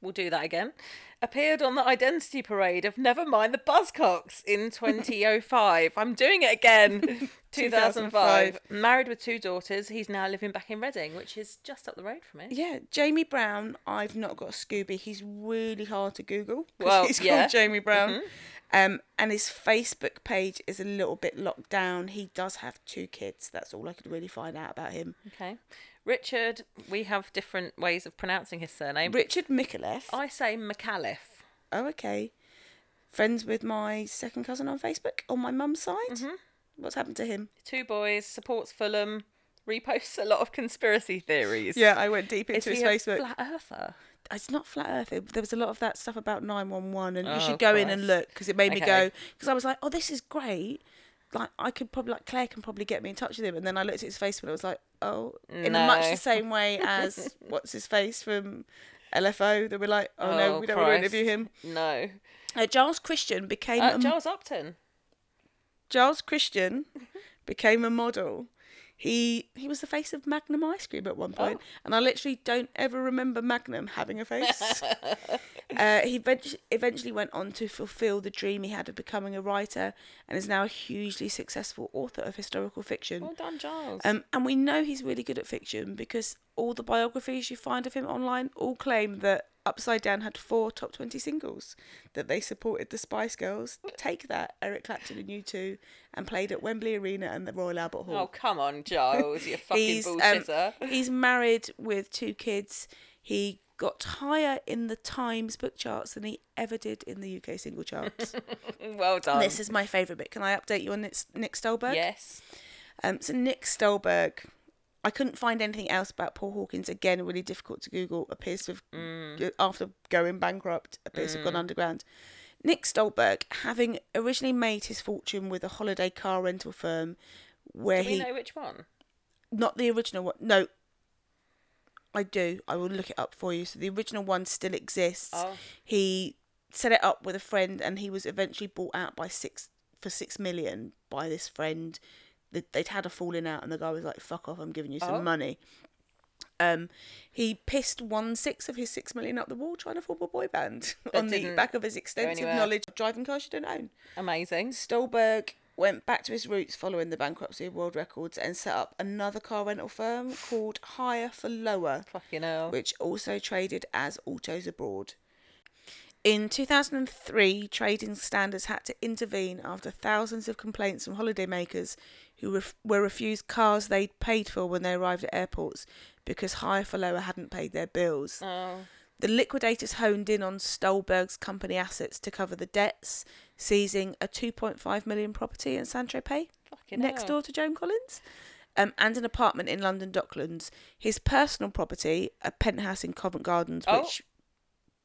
[SPEAKER 2] we'll do that again, appeared on the identity parade of Never Mind the Buzzcocks in 2005. I'm doing it again. 2005. Married with two daughters, he's now living back in Reading, which is just up the road from me.
[SPEAKER 3] Yeah, Jamie Brown. I've not got Scooby. He's really hard to Google. 'cause
[SPEAKER 2] Well,
[SPEAKER 3] he's
[SPEAKER 2] yeah.
[SPEAKER 3] called Jamie Brown. Um, and his Facebook page is a little bit locked down. He does have two kids. That's all I could really find out about him.
[SPEAKER 2] Okay. Richard, we have different ways of pronouncing his surname.
[SPEAKER 3] Richard Micallef.
[SPEAKER 2] I say McAuliffe.
[SPEAKER 3] Oh, okay. Friends with my second cousin on Facebook on my mum's side. What's happened to him?
[SPEAKER 2] two boys, supports Fulham, reposts a lot of conspiracy theories.
[SPEAKER 3] I went deep
[SPEAKER 2] Is he a flat earther?
[SPEAKER 3] it's not flat earth it- there was a lot of that stuff about 911 and
[SPEAKER 2] Oh,
[SPEAKER 3] you should go in and
[SPEAKER 2] Christ.
[SPEAKER 3] look because it made me
[SPEAKER 2] Okay.
[SPEAKER 3] go because i was like oh this is great like i could probably like claire can probably get me in touch with him and then i looked at his face and i was like oh in much
[SPEAKER 2] No.
[SPEAKER 3] the same way as what's his face from lfo they were like oh, no we don't want to
[SPEAKER 2] Oh, Christ.
[SPEAKER 3] interview him um,
[SPEAKER 2] No.
[SPEAKER 3] uh, giles christian became
[SPEAKER 2] Uh,
[SPEAKER 3] a
[SPEAKER 2] Giles Upton.
[SPEAKER 3] Giles Christian became a model. He he was the face of Magnum ice cream at one point, and I literally don't ever remember Magnum having a face. uh, he vent- eventually went on to fulfil the dream he had of becoming a writer, and is now a hugely successful author of historical fiction.
[SPEAKER 2] Well done, Giles.
[SPEAKER 3] Um, and we know he's really good at fiction because all the biographies you find of him online all claim that Upside Down had four top 20 singles, that they supported the Spice Girls, Take That, Eric Clapton and U2, and played at Wembley Arena and the Royal Albert Hall.
[SPEAKER 2] oh, come on, Giles, you Oh, fucking
[SPEAKER 3] um,
[SPEAKER 2] bullshitter.
[SPEAKER 3] he's married with two kids. He got higher in the Times book charts than he ever did in the UK single charts.
[SPEAKER 2] Well done.
[SPEAKER 3] this is my favourite bit. Can I update you on Nick- Nick Stolberg?
[SPEAKER 2] yes.
[SPEAKER 3] Um, so Nick Stolberg, I couldn't find anything else about Paul Hawkins. Again, really difficult to Google. Appears to have
[SPEAKER 2] Mm.
[SPEAKER 3] after going bankrupt, appears to have gone underground. Nick Stolberg, having originally made his fortune with a holiday car rental firm, where
[SPEAKER 2] Do
[SPEAKER 3] he
[SPEAKER 2] we know which one?
[SPEAKER 3] not the original one. No, I do. I will look it up for you. So the original one still exists.
[SPEAKER 2] Oh.
[SPEAKER 3] He set it up with a friend, and he was eventually bought out by six for six million by this friend. Th- They'd had a falling out, and the guy was like, "Fuck off! I'm giving you some
[SPEAKER 2] Oh.
[SPEAKER 3] money." Um, he pissed one six of his six million up the wall trying to form a boy band on the
[SPEAKER 2] didn't
[SPEAKER 3] back of his extensive
[SPEAKER 2] anywhere.
[SPEAKER 3] knowledge of driving cars you don't own.
[SPEAKER 2] Amazing.
[SPEAKER 3] Stolberg went back to his roots following the bankruptcy of World Records and set up another car rental firm called Hire for Lower,
[SPEAKER 2] Fucking hell.
[SPEAKER 3] which also traded as Autos Abroad. In 2003, trading standards had to intervene after thousands of complaints from holidaymakers who ref- were refused cars they'd paid for when they arrived at airports because Hire for Lower hadn't paid their bills.
[SPEAKER 2] Oh.
[SPEAKER 3] The liquidators honed in on Stolberg's company assets to cover the debts, seizing a 2.5 million property in San Tropez,
[SPEAKER 2] Fucking
[SPEAKER 3] next
[SPEAKER 2] hell.
[SPEAKER 3] door to Joan Collins, um, and an apartment in London Docklands. His personal property, a penthouse in Covent Gardens,
[SPEAKER 2] Oh.
[SPEAKER 3] which,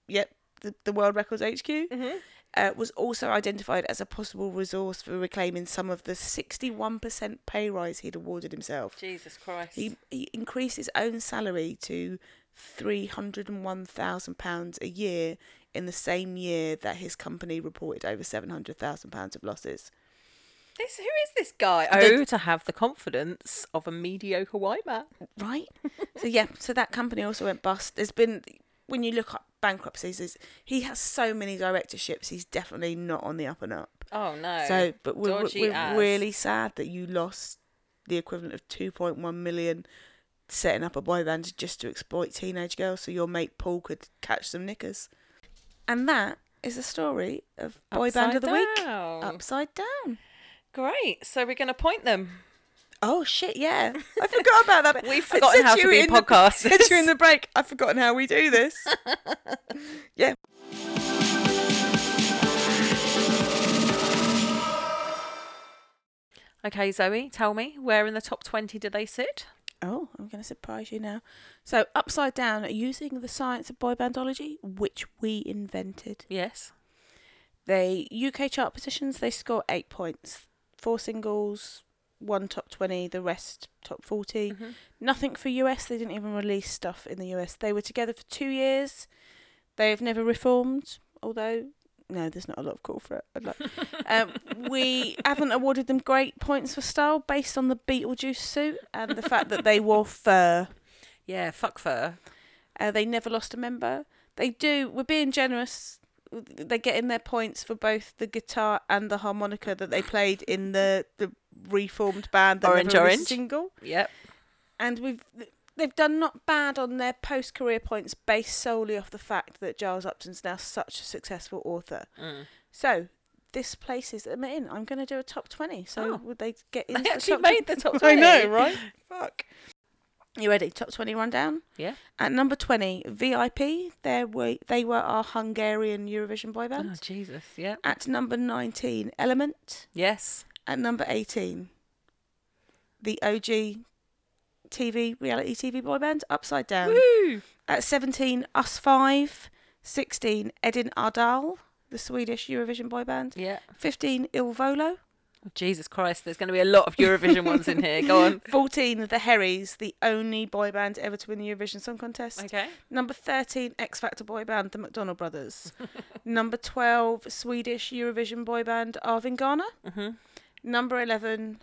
[SPEAKER 3] yep, the, the World Records HQ, uh, was also identified as a possible resource for reclaiming some of the 61% pay rise he'd awarded himself.
[SPEAKER 2] Jesus Christ.
[SPEAKER 3] He, he increased his own salary to three hundred and one thousand pounds a year in the same year that his company reported over seven hundred thousand pounds of losses.
[SPEAKER 2] This who is this guy?
[SPEAKER 3] The-
[SPEAKER 2] Oh, to have the confidence of a mediocre white man.
[SPEAKER 3] Right? so yeah, so that company also went bust. There's been when you look up bankruptcies, there's- he has so many directorships. He's definitely not on the up and up.
[SPEAKER 2] Oh no.
[SPEAKER 3] So, but we're, we're-
[SPEAKER 2] Dodgy
[SPEAKER 3] we're
[SPEAKER 2] as.
[SPEAKER 3] really sad that you lost the equivalent of 2.1 million setting up a boy band just to exploit teenage girls so your mate Paul could catch some knickers. And that is the story of Boy Band of the
[SPEAKER 2] Upside
[SPEAKER 3] Week.
[SPEAKER 2] down.
[SPEAKER 3] Upside down.
[SPEAKER 2] great. So we're going to point them.
[SPEAKER 3] Oh shit! Yeah, I forgot about that. bit.
[SPEAKER 2] We've
[SPEAKER 3] I
[SPEAKER 2] forgotten
[SPEAKER 3] said
[SPEAKER 2] how to
[SPEAKER 3] you
[SPEAKER 2] be
[SPEAKER 3] in the-
[SPEAKER 2] podcasters.
[SPEAKER 3] said you in the break. I've forgotten how we do this. yeah.
[SPEAKER 2] Okay, Zoe, tell me where in the top twenty do they sit?
[SPEAKER 3] Oh, I'm going to surprise you now. So, upside down, using the science of boy bandology, which we invented.
[SPEAKER 2] Yes.
[SPEAKER 3] They UK chart positions. They score eight points, four singles, one top twenty, the rest top 40 Nothing for US. They didn't even release stuff in the US. They were together for two years. They have never reformed, although. No, there's not a lot of call for it. I'd like. um, we haven't awarded them great points for style based on the Beetlejuice suit and the fact that they wore fur.
[SPEAKER 2] Yeah. Fuck fur.
[SPEAKER 3] Uh, they never lost a member. They do. We're being generous. They get in their points for both the guitar and the harmonica that they played in the the reformed band. that
[SPEAKER 2] Orange
[SPEAKER 3] never released a
[SPEAKER 2] Orange.
[SPEAKER 3] single.
[SPEAKER 2] Yep.
[SPEAKER 3] And we've they've done not bad on their post career points based solely off the fact that Giles Upton's now such a successful author.
[SPEAKER 2] Mm.
[SPEAKER 3] So. This place is them in. I'm going to do a top twenty. So
[SPEAKER 2] Oh.
[SPEAKER 3] would they get
[SPEAKER 2] They
[SPEAKER 3] into the
[SPEAKER 2] actually
[SPEAKER 3] top
[SPEAKER 2] made the top 20.
[SPEAKER 3] I know, right? Fuck. You ready? Top twenty rundown.
[SPEAKER 2] Yeah.
[SPEAKER 3] At number 20, VIP, there were, they were our Hungarian Eurovision boy band.
[SPEAKER 2] Oh Jesus. Yeah.
[SPEAKER 3] At number 19, Element.
[SPEAKER 2] Yes.
[SPEAKER 3] At number 18, the OG TV, reality TV boy band, Upside Down.
[SPEAKER 2] Woo.
[SPEAKER 3] At 17, Us Five. 16, Edin Ardal, the Swedish Eurovision boy band.
[SPEAKER 2] Yeah.
[SPEAKER 3] 15, Il Volo.
[SPEAKER 2] Oh, Jesus Christ. There's going to be a lot of Eurovision ones in here. Go on.
[SPEAKER 3] 14, The Herries, the only boy band ever to win the Eurovision Song Contest.
[SPEAKER 2] Okay.
[SPEAKER 3] Number 13, X Factor boy band, the McDonald Brothers. Number 12, Swedish Eurovision boy band, Arvin Garner.
[SPEAKER 2] Mm-hmm.
[SPEAKER 3] Number 11,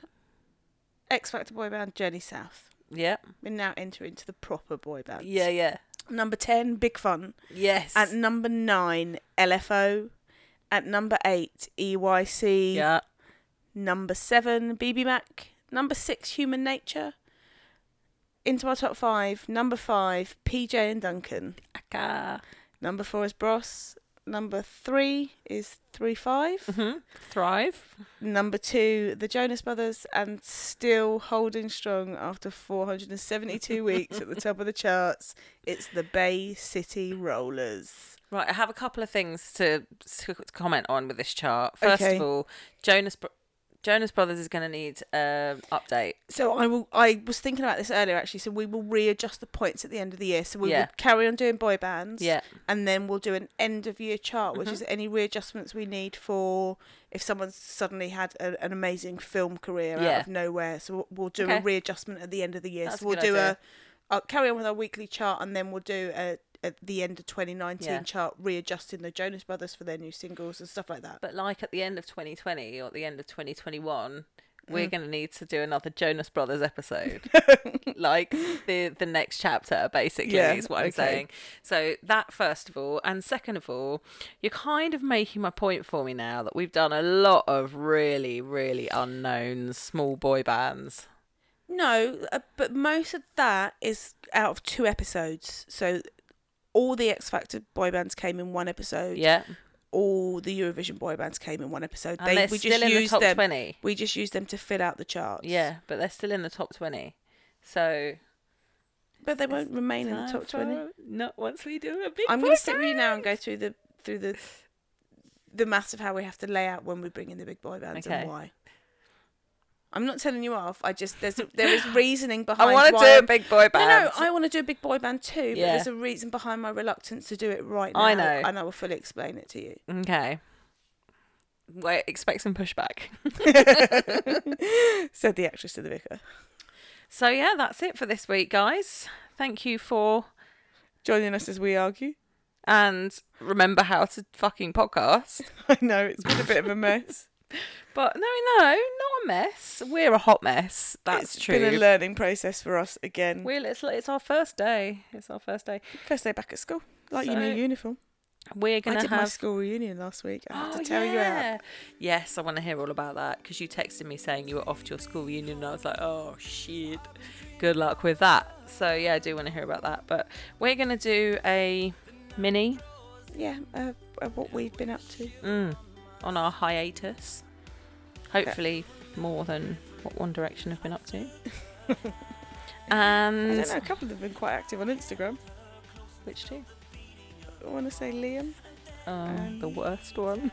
[SPEAKER 3] X Factor boy band, Journey South.
[SPEAKER 2] Yeah.
[SPEAKER 3] We now enter into the proper boy bands.
[SPEAKER 2] Yeah. Yeah.
[SPEAKER 3] Number 10, Big Fun.
[SPEAKER 2] Yes.
[SPEAKER 3] At number 9, LFO. At number 8, EYC.
[SPEAKER 2] yeah.
[SPEAKER 3] Number 7, BB Mac. Number 6, Human Nature. Into our top 5, number 5, PJ and Duncan.
[SPEAKER 2] Aka.
[SPEAKER 3] Number four is Bros. Number three is Three Five.
[SPEAKER 2] Mm-hmm. Thrive.
[SPEAKER 3] Number two, The Jonas Brothers, and still holding strong after 472 weeks at the top of the charts. It's the Bay City Rollers.
[SPEAKER 2] Right, I have a couple of things to, to comment on with this chart. First
[SPEAKER 3] Okay.
[SPEAKER 2] of all, Jonas Bro- Jonas Brothers is going to need an update.
[SPEAKER 3] So I will. I was thinking about this earlier actually. So we will readjust the points at the end of the year. So we
[SPEAKER 2] Yeah.
[SPEAKER 3] will carry on doing boy bands.
[SPEAKER 2] Yeah.
[SPEAKER 3] And then we'll do an end of year chart, which is any readjustments we need for if someone's suddenly had a, an amazing film career out
[SPEAKER 2] Yeah.
[SPEAKER 3] of nowhere. So we'll, we'll do a
[SPEAKER 2] Okay.
[SPEAKER 3] readjustment at the end of the year.
[SPEAKER 2] That's a
[SPEAKER 3] so we'll
[SPEAKER 2] good
[SPEAKER 3] do
[SPEAKER 2] idea.
[SPEAKER 3] a I'll carry on with our weekly chart, and then we'll do a at the end of 2019
[SPEAKER 2] Yeah.
[SPEAKER 3] chart readjusting the Jonas Brothers for their new singles and stuff like that.
[SPEAKER 2] But like at the end of 2020 or at the end of 2021, we're going to need to do another Jonas Brothers episode. like the the next chapter basically
[SPEAKER 3] Yeah,
[SPEAKER 2] is what I'm
[SPEAKER 3] okay.
[SPEAKER 2] saying. So that first of all and second of all, you're kind of making my point for me now that we've done a lot of really really unknown small boy bands.
[SPEAKER 3] No, uh, but most of that is out of two episodes. So all the X Factor boy bands came in one episode.
[SPEAKER 2] Yeah.
[SPEAKER 3] All the Eurovision boy bands came in one episode.
[SPEAKER 2] And they're still in the top 20.
[SPEAKER 3] We just used them to fill out the charts.
[SPEAKER 2] Yeah, but they're still in the top 20. So
[SPEAKER 3] but they won't remain in the
[SPEAKER 2] time
[SPEAKER 3] top
[SPEAKER 2] for-
[SPEAKER 3] twenty.
[SPEAKER 2] Not once we do a big
[SPEAKER 3] I'm going to sit
[SPEAKER 2] podcast.
[SPEAKER 3] with you now and go through the through the the maths of how we have to lay out when we bring in the big boy bands
[SPEAKER 2] Okay.
[SPEAKER 3] and why. I'm not telling you off. I just there's there is reasoning behind.
[SPEAKER 2] I want to
[SPEAKER 3] why
[SPEAKER 2] do a
[SPEAKER 3] I'm-
[SPEAKER 2] big boy band.
[SPEAKER 3] No, no, I want to do a big boy band too, but
[SPEAKER 2] Yeah.
[SPEAKER 3] there's a reason behind my reluctance to do it right now.
[SPEAKER 2] I know.
[SPEAKER 3] And I will fully explain it to you.
[SPEAKER 2] Okay. Wait, expect some pushback.
[SPEAKER 3] Said the actress to the vicar.
[SPEAKER 2] So yeah, that's it for this week, guys. Thank you for
[SPEAKER 3] Joining us as we argue.
[SPEAKER 2] and remember how to fucking podcast.
[SPEAKER 3] I know, it's been a bit of a mess.
[SPEAKER 2] But no, no, not a mess. We're a hot mess. That's
[SPEAKER 3] It's
[SPEAKER 2] true.
[SPEAKER 3] been a learning process for us again.
[SPEAKER 2] We're, it's, it's our first day. It's our first day.
[SPEAKER 3] First day back at school. Like your
[SPEAKER 2] So,
[SPEAKER 3] new uniform.
[SPEAKER 2] We're
[SPEAKER 3] I
[SPEAKER 2] gonna
[SPEAKER 3] did my
[SPEAKER 2] have
[SPEAKER 3] school reunion last week. I have
[SPEAKER 2] Oh,
[SPEAKER 3] to tell you uh,
[SPEAKER 2] yeah.
[SPEAKER 3] out.
[SPEAKER 2] Yes, I want to hear all about that because you texted me saying you were off to your school reunion, and I was like, oh shit. Good luck with that. So yeah, I do want to hear about that. But we're gonna do a mini mm,
[SPEAKER 3] Yeah, uh, uh, what we've been up to.
[SPEAKER 2] on our hiatus. Hopefully, more than what One Direction have been up to.
[SPEAKER 3] I
[SPEAKER 2] and
[SPEAKER 3] don't know, a couple have been quite active on Instagram.
[SPEAKER 2] which two?
[SPEAKER 3] I want to say Liam.
[SPEAKER 2] Um, the worst one.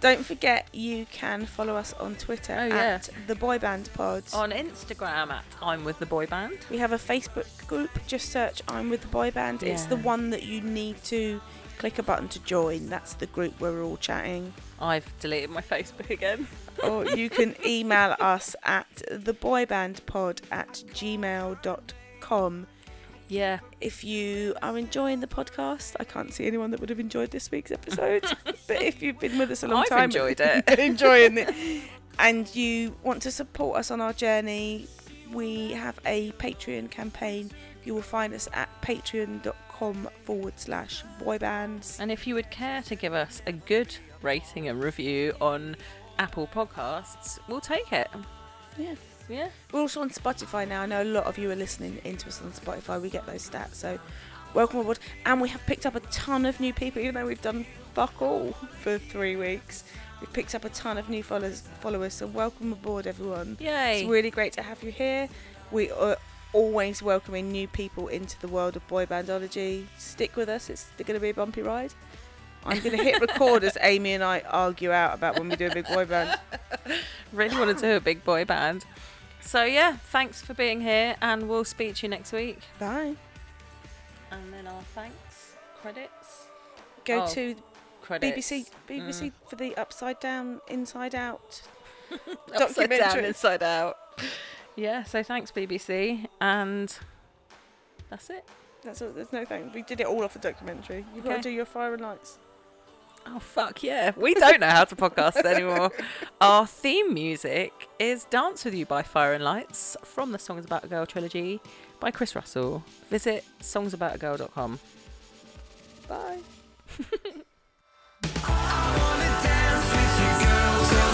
[SPEAKER 3] Don't forget, you can follow us on Twitter
[SPEAKER 2] Oh, yeah. Oh.
[SPEAKER 3] at the Boy Band Pod.
[SPEAKER 2] On Instagram at I'm with the boy band.
[SPEAKER 3] We have a Facebook group. Just search "I'm with the boy band." It's
[SPEAKER 2] Yeah.
[SPEAKER 3] the one that you need to click a button to join. That's the group where we're all chatting.
[SPEAKER 2] I've deleted my Facebook again.
[SPEAKER 3] or you can email us at theboybandpod at gmail.com.
[SPEAKER 2] Yeah.
[SPEAKER 3] If you are enjoying the podcast, I can't see anyone that would have enjoyed this week's episode. but if you've been with us a long
[SPEAKER 2] I've
[SPEAKER 3] time,
[SPEAKER 2] enjoyed it.
[SPEAKER 3] enjoying it, and you want to support us on our journey, we have a Patreon campaign. You will find us at patreon.com forward slash boybands.
[SPEAKER 2] And if you would care to give us a good rating and review on Apple Podcasts, we'll take it.
[SPEAKER 3] Yeah.
[SPEAKER 2] Yeah.
[SPEAKER 3] We're also on Spotify now. I know a lot of you are listening into us on Spotify. We get those stats, so welcome aboard. And we have picked up a ton of new people, even though we've done fuck all for three weeks. We've picked up a ton of new followers, followers so welcome aboard, everyone.
[SPEAKER 2] Yay.
[SPEAKER 3] It's really great to have you here. We are always welcoming new people into the world of boy bandology. Stick with us, it's going to be a bumpy ride. I'm going to hit record as Amy and I argue out about when we do a big boy band.
[SPEAKER 2] really want to do a big boy band. So yeah, thanks for being here and we'll speak to you next week.
[SPEAKER 3] Bye.
[SPEAKER 2] And then our thanks, credits,
[SPEAKER 3] Go
[SPEAKER 2] Oh.
[SPEAKER 3] to
[SPEAKER 2] credits.
[SPEAKER 3] BBC, BBC for the Upside Down, Inside Out.
[SPEAKER 2] Upside down,
[SPEAKER 3] documentary.
[SPEAKER 2] inside out. Yeah, so thanks BBC and that's it.
[SPEAKER 3] That's all, there's no thing. We did it all off a documentary. You've got
[SPEAKER 2] Okay.
[SPEAKER 3] to do your fire and lights.
[SPEAKER 2] Oh fuck yeah. We don't know how to podcast anymore. Our theme music is Dance With You by Fire and Lights from the Songs About a Girl trilogy by Chris Russell. Visit songsaboutagirl.com.
[SPEAKER 3] Bye.
[SPEAKER 4] Till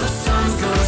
[SPEAKER 4] the sun's gone